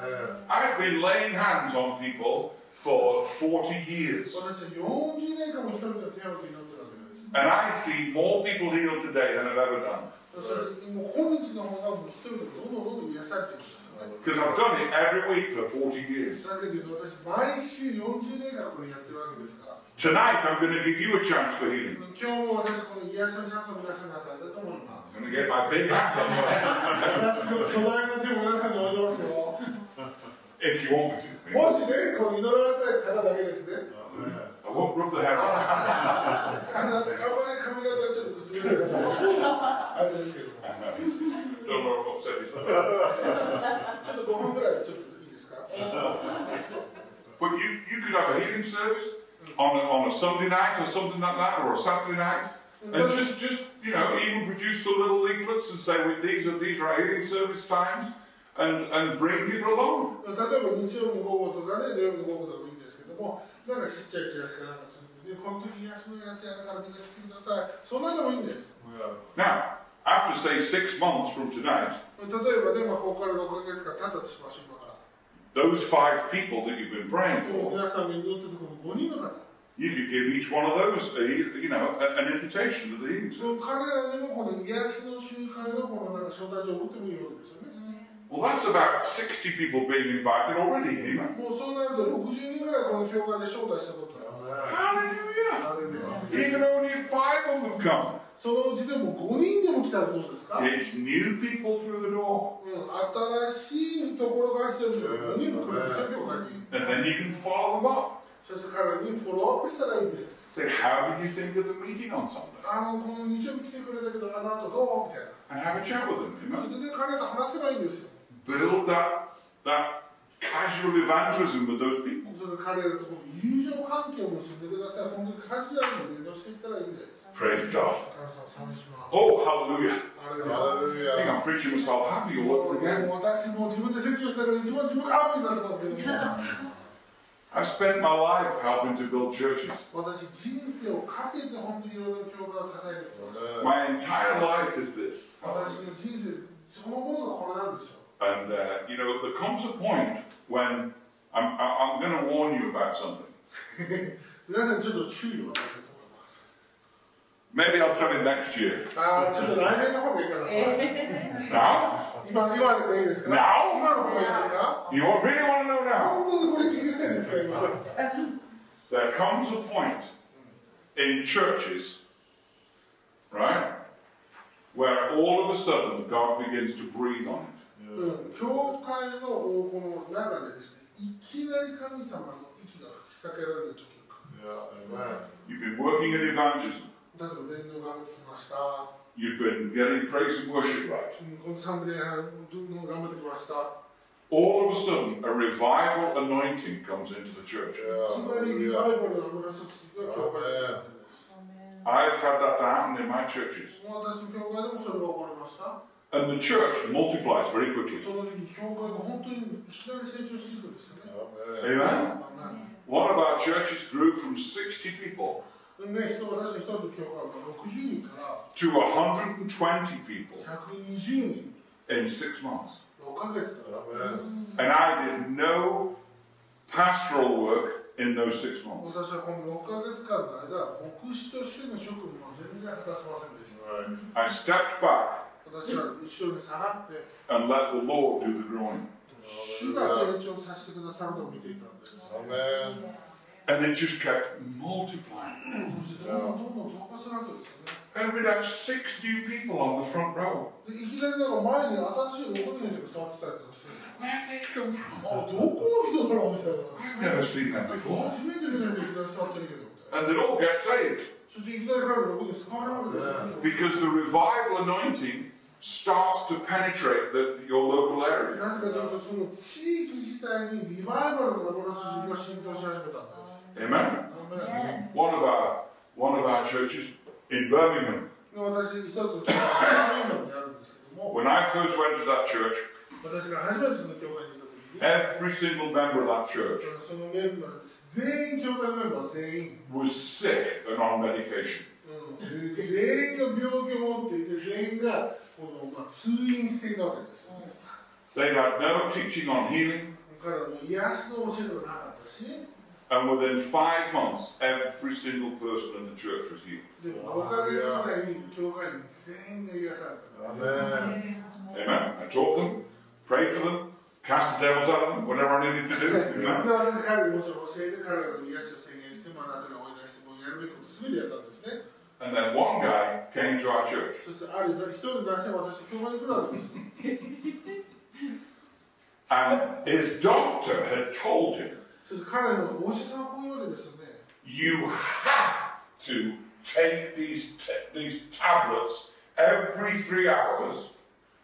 Speaker 1: Amen.
Speaker 2: I've been laying hands on people for 40 years.
Speaker 3: 私は40年間も人々の手を挙げて祈ってるわけなんです。
Speaker 2: And I see more people healed today than I've ever done.
Speaker 3: そしてもう今日の方がもう一人でどんどんどんどん癒されていくんですよね。
Speaker 2: Because I've done it every week for 40 years.
Speaker 3: だけど私毎週40年間これやってるわけですから、
Speaker 2: Tonight, I'm going to give you a chance for healing.
Speaker 3: 今日も私この癒しのチャンスを皆さんに与えたいと思います
Speaker 2: I'm。going to get my big hand on my-
Speaker 3: 私の巨大な手を皆さんに置いてますよ。
Speaker 2: If you want me to.
Speaker 3: もしね、この祈られたい方だけですね。
Speaker 2: I won't rub the hair off.
Speaker 3: あの、あんまり髪型がちょっとくすぐる方はあれですけども、ち
Speaker 2: Don't want to upset his brother.
Speaker 3: ょっと5分ぐらいはちょっといいですか。
Speaker 2: But you, you could have a healing service on a, on a Sunday night or something like that, or a Saturday night. And just, just you know, even produce the little leaflets and say, well, these are these are our healing service times, and, and bring people along.
Speaker 3: 例えば日曜日の午後とかね、土曜日の午後でもいいんですけども、なんかちっちゃいチラシかなんかするんで、この時癒しのやつやだからみんな来てください。そんなのもいいんです。
Speaker 2: Now, after say six months from tonight,
Speaker 3: 例えばね、まあ、ここから6ヶ月間経ったとしましょうから、
Speaker 2: those five people that you've been praying
Speaker 3: もう
Speaker 2: for,
Speaker 3: 皆さんに祈ってるこの5人の方、
Speaker 2: you could give each one of those, a, heal- you know, a- an invitation to the healing service.
Speaker 3: その彼らにもこの癒しの集会のこのなんか招待状を送ってもいいわけですよね。
Speaker 2: Well, that's about 60 people being invited already, Hema.
Speaker 3: もうそうなると60人ぐらいこの教会で招待したことがありますから。
Speaker 2: Hallelujah!
Speaker 3: あれね
Speaker 2: Even only if five of them come.
Speaker 3: そのうちでも5人でも来たらどうですか、
Speaker 2: It's new people through the door.
Speaker 3: うん、新しいところから来てるけど5人も来るでしょ、教会に。
Speaker 2: And then you can follow them up.
Speaker 3: そして彼にフォローアップしたらいいんです。
Speaker 2: Say, how did you think of the meeting on Sunday?
Speaker 3: あの、この日曜日来てくれたけど、あの後どうみたい
Speaker 2: And
Speaker 3: な。
Speaker 2: have a chat with them, Hema.
Speaker 3: そしてね、彼と話せばいいんですよ。
Speaker 2: Build that, that casual evangelism with those people.
Speaker 3: その彼らとこう友情関係を結んでください。本当にカジュアルに伝道していったらいいんです。
Speaker 2: Praise God.
Speaker 3: 神様、賛美します。
Speaker 2: Oh, hallelujah.
Speaker 3: あれだ。
Speaker 2: I
Speaker 1: Hallelujah.
Speaker 2: think I'm preaching myself happy all over
Speaker 3: で
Speaker 2: again.
Speaker 3: も私もう自分で説教したから一番自分がハッピーになってますけども
Speaker 2: I've spent my life helping to build churches.
Speaker 3: 私人生をかけて本当にいろんな教会を叩いてきました
Speaker 2: My entire life is this.
Speaker 3: 私の人生そのものがこれなんですよ
Speaker 2: And, uh, you know, there comes a point when I'm, I- I'm going to warn you about something.
Speaker 3: 皆さんちょっと注意を与えたいと思います
Speaker 2: Maybe I'll tell it next year.
Speaker 3: ああちょっと来年の方がいいかな、
Speaker 2: Now?
Speaker 3: 今今でいいですか
Speaker 2: Now?
Speaker 3: 今の方がいいですか
Speaker 2: You all really want to know now?
Speaker 3: 本当にこれ聞いてないんですか今
Speaker 2: There comes a point in churches, right, where all of a sudden God begins to breathe on it.
Speaker 3: うん教会のこの中でですねいきなり神様の息が吹きかけられる時が
Speaker 1: Yeah, amen.
Speaker 2: You've been working in evangelism.
Speaker 3: 例えば伝道が来ました、
Speaker 2: You've been getting praise and worship right.
Speaker 3: うんこの3年半どんどん頑張ってきました
Speaker 2: All of a sudden, a revival anointing comes into the church.
Speaker 3: つまりリ
Speaker 1: Yeah.
Speaker 3: バイバルの村一つが教会だったんです。
Speaker 2: I've had that happen in my churches.
Speaker 3: 私の教会でもそれが起こりました。
Speaker 2: And the church multiplies very quickly.
Speaker 3: その時に教会が本当にいきなり成長していくんですよね。
Speaker 1: Amen.
Speaker 2: Amen?
Speaker 3: まあね
Speaker 2: One of our churches grew from 60 people
Speaker 3: ね、人私の一つの教会が60人か
Speaker 2: to 120 people
Speaker 3: ら120人、
Speaker 2: in six months.
Speaker 3: 6ヶ月だから。
Speaker 1: Amen.
Speaker 2: And I did no pastoral work in those six months.
Speaker 3: 私はこの6ヶ月間の間、牧師としての職務は全然果たせませんでした。
Speaker 1: Right.
Speaker 2: I stepped back
Speaker 3: 私は後ろに下がって、
Speaker 2: and let the Lord do the growing.
Speaker 3: 主が成長させてくださるのを見ていたんです。そ
Speaker 1: Amen.
Speaker 2: And it just kept multiplying.
Speaker 3: してどんどんどんどん増加するわけですよね。
Speaker 2: And we'd have six new people on the front row.
Speaker 3: でいきなりなんか前に新しい6人の人が座ってたりとかして、
Speaker 2: Where have they come from?
Speaker 3: あ、どこの人だろうみたいな。
Speaker 2: I've never seen that before.
Speaker 3: 初めて見た人いきなり座ってるけどみたい
Speaker 2: And
Speaker 3: な。
Speaker 2: they'd all get saved
Speaker 3: そしていきなり彼の6人使われるわけですよ、ね。
Speaker 2: because the revival anointing starts to penetrate the, your local area.
Speaker 3: なぜかというと、その地域自体にリバイバルの油筋が浸透し始めたんです。
Speaker 2: Amen.
Speaker 3: あのね、
Speaker 2: One of our one of our churches in Birmingham.
Speaker 3: で私、一つ、教会ラーメンってあるんですけども、
Speaker 2: When I first went to that church,
Speaker 3: 私が初めてその教会に行った時に、
Speaker 2: every single member of that church
Speaker 3: そのメンバーです、全員、教会メンバー全員、
Speaker 2: was sick and on medication.
Speaker 3: うん全員が病気を持っていて、全員がこの、まあ、通院していたわけですよね。
Speaker 2: They had no teaching on healing,
Speaker 3: 彼らの癒しの教えではなかったし、
Speaker 2: and within five months, every single person in the church was healed.
Speaker 3: でも5ヶ月前に教会員全員が癒されたから、
Speaker 1: Amen.
Speaker 2: Amen. I taught them, prayed for them, cast the devils out of them, whatever I needed to do.
Speaker 3: で
Speaker 2: Amen.
Speaker 3: 私彼にもちろん教えて彼らの癒しを宣言して学びを追い出してもうやるべきことすべてやったんですね
Speaker 2: And then one guy came to our church.
Speaker 3: そしてある一人の男性が私教会に来るわけですよ
Speaker 2: And his doctor had told him,
Speaker 3: そして彼のお医者さんはこういうわけですよね
Speaker 2: you have to take these, t- these tablets every three hours,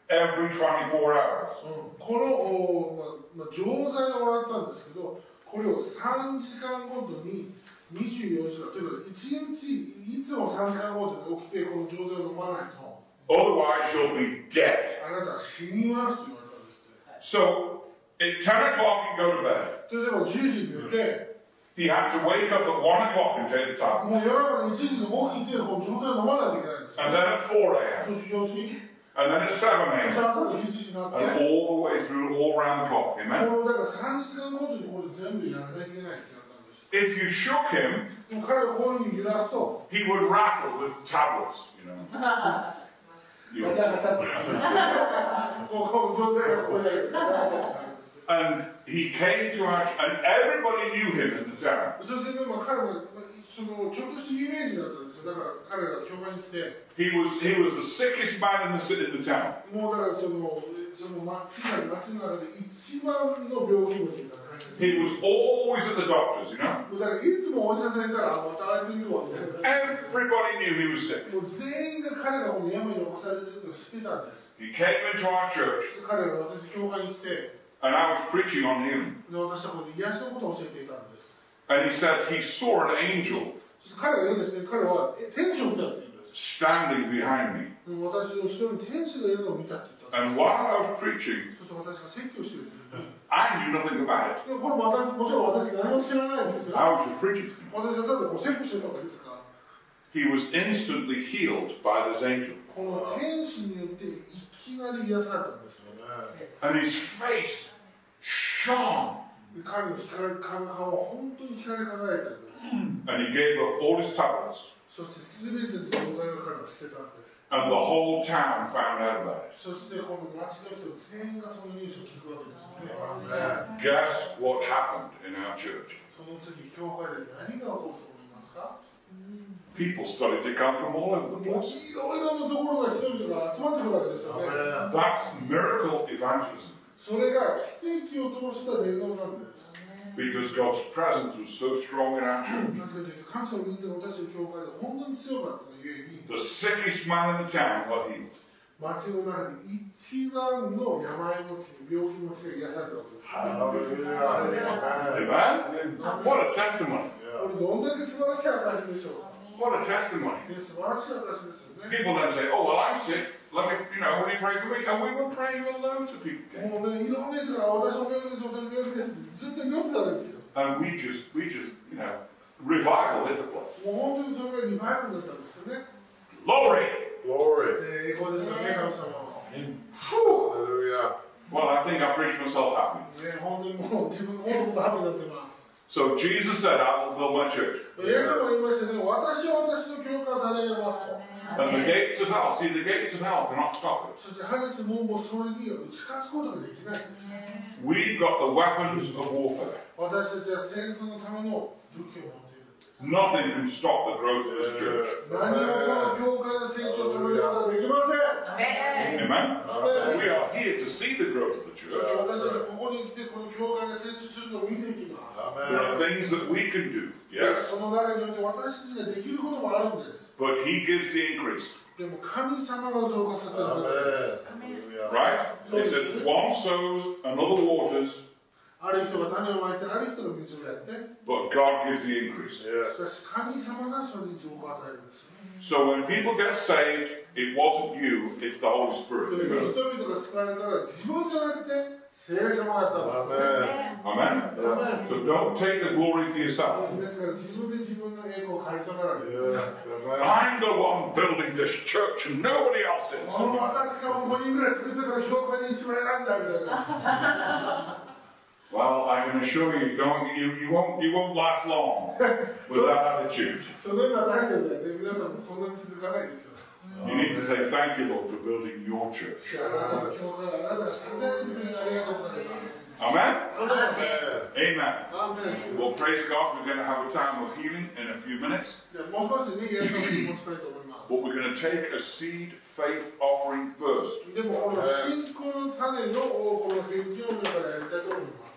Speaker 2: every 24 hours.
Speaker 3: うんこのお、まあまあ、錠剤をもらったんですけどこれを3時間ごとに24時間ということで1日いつも3時間ごとに起きてこの錠剤を飲まないと
Speaker 2: Otherwise, you'll be dead.
Speaker 3: あなたは死にますと言われたんですね
Speaker 2: So, at 10 o'clock, you go to bed.
Speaker 3: それでも10時に寝て、
Speaker 2: He had to wake up at 1 o'clock and take the
Speaker 3: も
Speaker 2: tablet.
Speaker 3: う夜中の1時に起きて、この錠剤飲まないといけないんですよ。
Speaker 2: And then at 4 a.m.
Speaker 3: そして4時、
Speaker 2: And then at 7 a.m.
Speaker 3: そして朝の7時になって、
Speaker 2: and all the way through, all round the clock. Amen.
Speaker 3: このだから3時間ごとにこれ全部やらなきゃいけないってなったんですよ。
Speaker 2: If you shook him,
Speaker 3: でも彼をこういうふうに揺らすと、
Speaker 2: he would rattle with tablets. You know. You
Speaker 3: ガチ
Speaker 2: know.
Speaker 3: ャガチャってなるんですよ。こうこう錠剤がこうやるガチャガチャってなるんですよ。
Speaker 2: And he came to our, and everybody knew him in the town.
Speaker 3: そしてでも彼は、まあそのちょっとした有名人だったんですよ。だから彼が教会に来て、
Speaker 2: He was he was the sickest man in the ci- in the town.
Speaker 3: もうだからその、その街内、街の中で一番の病気持ちみたいな感じですね
Speaker 2: He was always at the doctors. You know.
Speaker 3: だからいつもお医者さんいたら、あまたあいついるわみたいな。
Speaker 2: Everybody knew he was sick.
Speaker 3: もう全員が彼がこの病に侵されてるのを知ってたんです。
Speaker 2: He came into our church,
Speaker 3: 彼が私、教会に来て、
Speaker 2: and I was preaching on him.
Speaker 3: で私はこの癒しのことを教えていたんです
Speaker 2: And he said he saw an angel
Speaker 3: そして彼が言うんですね彼はえ天使を見たって言うんです
Speaker 2: standing behind me.
Speaker 3: でも私の後ろに天使がいるのを見たって言ったん
Speaker 2: And while I was preaching,
Speaker 3: ですそして私が説教してる時に
Speaker 2: I knew nothing about it.
Speaker 3: でもこれも私もちろん私何も知らないんですが
Speaker 2: I was just preaching to him.
Speaker 3: 私はただこう説教してたわけですから
Speaker 2: He was instantly healed by this angel.
Speaker 3: この天使によっていきなり癒されたんですよね
Speaker 2: And his face shone.
Speaker 3: で彼の光り感顔は本当に光り輝いたんです
Speaker 2: And he gave up all his tablets.
Speaker 3: そして全ての存在を彼は捨てたんです
Speaker 2: And the whole town found out about it.
Speaker 3: そしてこの街の人全員がそのニュースを聞くわけですよね
Speaker 2: Guess what happened in our church?
Speaker 3: その次教会で何が起こると思いますか
Speaker 2: People started to come from all over the
Speaker 3: い
Speaker 2: place.
Speaker 3: ろいろなところが人々が集まってくるわけですよね
Speaker 2: That's miracle evangelism
Speaker 3: それが奇跡を通した伝道なんです
Speaker 2: because God's presence was so strong in our church.
Speaker 3: なぜかというと神様の人が私の教会で本当に強かったがゆえに
Speaker 2: The sickest man in the town got healed.
Speaker 3: 町の中で一番の病持ちに病気持ちが癒されたわけです。
Speaker 1: Hallelujah.
Speaker 2: Amen?
Speaker 1: Amen.
Speaker 2: What a testimony.
Speaker 3: これどんだけ素晴らしい証でしょうか。
Speaker 2: What a testimony.
Speaker 3: ね素晴らしい証ですよね。
Speaker 2: People don't say, oh, well, I'm sick. Let me, you know, will you pray for me? And we were praying for loads of people.
Speaker 3: もうね、いろんな人が私も病気です、私も病気ですってずっと祈ってたわけですよ。
Speaker 2: And we just, we just, you know, revival hit the place.
Speaker 3: もう本当にそれがリバイバルだったんですよね。
Speaker 2: Glory!
Speaker 1: Glory.
Speaker 3: えー、栄光ですよね、神様。
Speaker 2: Whew.
Speaker 1: Hallelujah.
Speaker 2: Well, I think I preached myself happy.
Speaker 3: ね、本当にもう自分のこともハッピーになってます。
Speaker 2: So Jesus said, I will build my church.
Speaker 3: イエス様が言いましたね、私は私の教会を立て上げますと。
Speaker 2: And the gates of hell, see, the gates of hell cannot stop
Speaker 3: そして、ハゲツももうそれには打ち勝つことができないんです。
Speaker 2: it. We've got the weapons of warfare.
Speaker 3: 私たちは戦争のための武器を持っているんです。
Speaker 2: Nothing can stop the growth of this church.
Speaker 3: 何もこの教会の成長を止めることはできません。
Speaker 2: Amen?
Speaker 3: アーメン
Speaker 2: We are here to see the growth of the
Speaker 3: そして
Speaker 2: church.
Speaker 3: 私たちはここに来てこの教会が成長するのを見ていきます。
Speaker 2: There are
Speaker 1: Amen.
Speaker 2: things that we can do, yes,
Speaker 3: その中において私たちができることもあるんです。
Speaker 2: but He gives the increase,
Speaker 3: でも神様が増加させることです。
Speaker 1: Hallelujah.
Speaker 2: right? It says one sows, another waters,
Speaker 3: ある人が種をまいて、ある人が水をやって、
Speaker 2: but God gives the increase.
Speaker 1: Yes.
Speaker 3: しかし神様がそれに増加を与えるんですね。
Speaker 2: So when people get saved, it wasn't you, it's the Holy
Speaker 3: とい
Speaker 2: Spirit.
Speaker 3: う人々が救われたら自分じゃなくて聖霊様がやったんですね。
Speaker 1: Amen.
Speaker 2: Amen?
Speaker 3: アーメン
Speaker 2: So don't take the glory for yourself.
Speaker 3: ですから自分で自分の栄光を借りたからです。
Speaker 1: Yes. Amen.
Speaker 2: I'm the one building this church and nobody else
Speaker 3: そ
Speaker 2: is.
Speaker 3: の私がもう5人ぐらい作ってから教会に一番選んだみたいな。
Speaker 2: Well, I can assure you, going, you, you, won't, you won't last long with that attitude.
Speaker 3: そのような態度でね、皆さんもそんなに続かないですよ。
Speaker 2: You need to say, Thank you, Lord, for building your church.
Speaker 3: あなたの教会はあなたが勝手に自分にありがとうございます。
Speaker 2: Amen?
Speaker 3: アーメン
Speaker 2: Amen.
Speaker 3: アーメン
Speaker 2: Well, praise God, we're going to have a time of healing in a few minutes,
Speaker 3: でもう少しね、イエス様に持ちたいと思いま
Speaker 2: but we're going to take a seed faith offering first.
Speaker 3: す。でもこの信仰の種のこの研究の中でやりたいと思います。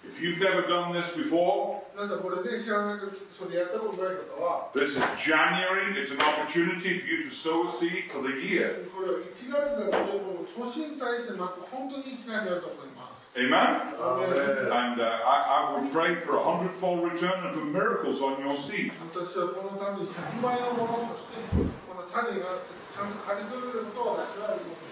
Speaker 2: If you've never done this before,
Speaker 3: 皆さんこれで知らない、それやったことない方は、
Speaker 2: this is January. It's an opportunity for you to sow a seed for the year.
Speaker 3: これは1月だとね、この年に対してまた本当にいきなりやると思います。
Speaker 2: Amen?
Speaker 3: アーメン
Speaker 1: Amen.
Speaker 2: And uh, I, I will pray for a hundredfold return and for miracles on your seed.
Speaker 3: 私はこのために100倍のもの、そしてこの種がちゃんと刈り取れることを私は思っていま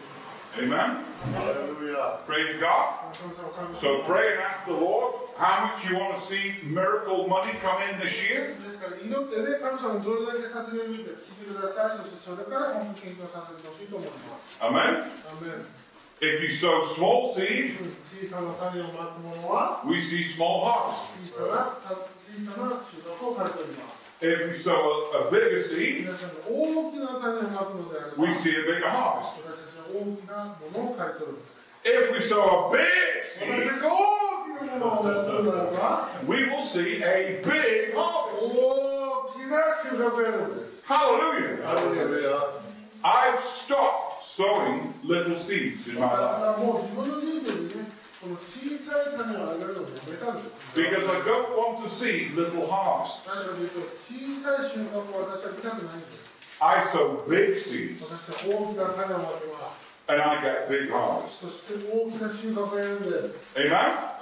Speaker 2: Amen?
Speaker 1: Hallelujah.
Speaker 2: Praise God.
Speaker 3: す。神様神様
Speaker 2: So pray and ask the Lord how much you want to see miracle money come in this year.
Speaker 3: ですから祈ってね、神様にどれだけさせれるか聞いてください。そしてそれから本当に研究をさせてほしいと思います。
Speaker 2: Amen.
Speaker 3: アーメン
Speaker 2: If you sow small seed,
Speaker 3: 小さな種をまくものは
Speaker 2: we see small harvest.
Speaker 3: 小さな小さな収穫を刈り取ります。
Speaker 2: If we sow a, a bigger seed,
Speaker 3: 皆さんの大きな種をまくのであれば、
Speaker 2: we see
Speaker 3: 私
Speaker 2: a bigger harvest.
Speaker 3: たちは大きなものを刈り取るんです。
Speaker 2: If we sow a big
Speaker 3: 私
Speaker 2: seed,
Speaker 3: が大きなものをやるならば
Speaker 2: we will see a big harvest.
Speaker 3: 大きな収穫をやるんです
Speaker 2: Hallelujah.
Speaker 1: Hallelujah.
Speaker 2: I've stopped sowing little seeds in
Speaker 3: だか
Speaker 2: my life
Speaker 3: らもう自分の人生にねこの小さい種をあげるのをやめたんです
Speaker 2: because I don't want to see little harvest.
Speaker 3: なぜかというと小さい収穫を私は見たくないんです
Speaker 2: I sow big seeds
Speaker 3: 私は大きな種をまきます
Speaker 2: and and I get big harvest.
Speaker 3: そして大きな収穫がいるんです。
Speaker 2: Amen?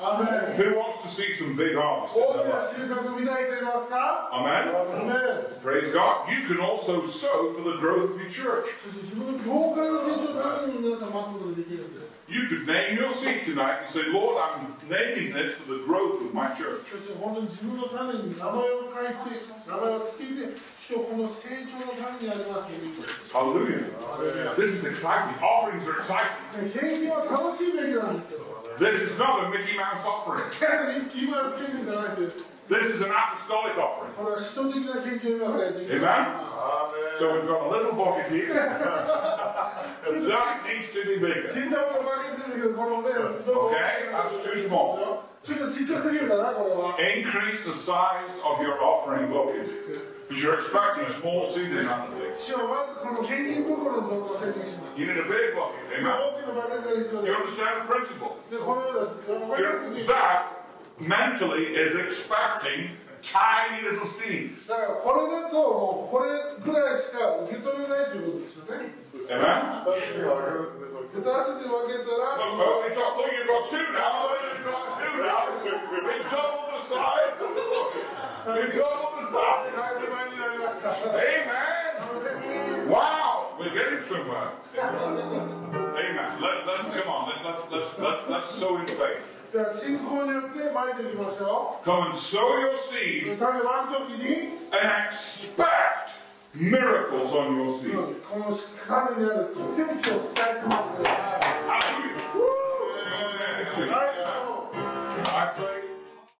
Speaker 3: アーメン
Speaker 2: Who wants to see some big harvest?
Speaker 3: 大きな収穫を見たいと言いますか
Speaker 2: Amen?
Speaker 3: アーメン
Speaker 2: Praise God. You can also sow for the growth of your church.
Speaker 3: そして自分の教会の成長のために皆さん待つことができるんです。
Speaker 2: You could name your seed tonight and say, Lord, I'm naming this for the growth of my church.
Speaker 3: そして本当に自分のために名前を変えて、名前をつけて、主よこの成長のためにありますようにと。
Speaker 2: Hallelujah. This is exciting. Offerings are exciting.
Speaker 3: ね献金は楽しいべきなんですよ。
Speaker 2: This is not a Mickey Mouse offering.
Speaker 3: 今は献金じゃないです。
Speaker 2: This is an apostolic offering.
Speaker 3: これは使徒的な献金の中でできる。
Speaker 2: Amen? So we've got a little bucket here. that needs to be bigger.
Speaker 3: 小さいことばかりですけど、このね、どう
Speaker 2: Okay, that's too small.
Speaker 3: ちょっとちっちゃすぎるかな、これは。
Speaker 2: Increase the size of your offering bucket. Because you're expecting a small seed in that place.
Speaker 3: 主はまずこの献金袋の増加を制限します。
Speaker 2: You need a big bucket.
Speaker 3: 大
Speaker 2: Amen?
Speaker 3: きなバケツが必要で
Speaker 2: You understand the principle?
Speaker 3: す。で、このようです。バケ
Speaker 2: You're,
Speaker 3: ツにだか
Speaker 2: that mentally is expecting tiny little seeds.
Speaker 3: らこれだと、もうこれぐらいしか受け止めないということですよね。
Speaker 2: Amen?
Speaker 1: 二つに分ける
Speaker 3: 二つに分けた
Speaker 2: Look,
Speaker 3: ら、
Speaker 2: oh, we've got, look, you've got two now. Look, You've got two now. We've doubled the size of the bucket. We've doubled the size.
Speaker 3: だいぶ前になりました。
Speaker 2: Amen. Wow, we're getting somewhere. Amen. Let, let's come on. Let, let, let's let, let's sow in faith.
Speaker 3: じゃあ、信仰によって巻いていきましょ
Speaker 2: Come and sow your
Speaker 3: う。で
Speaker 2: seed
Speaker 3: 種をまくときに、
Speaker 2: and expect miracles on your seed.
Speaker 3: この種にある奇跡を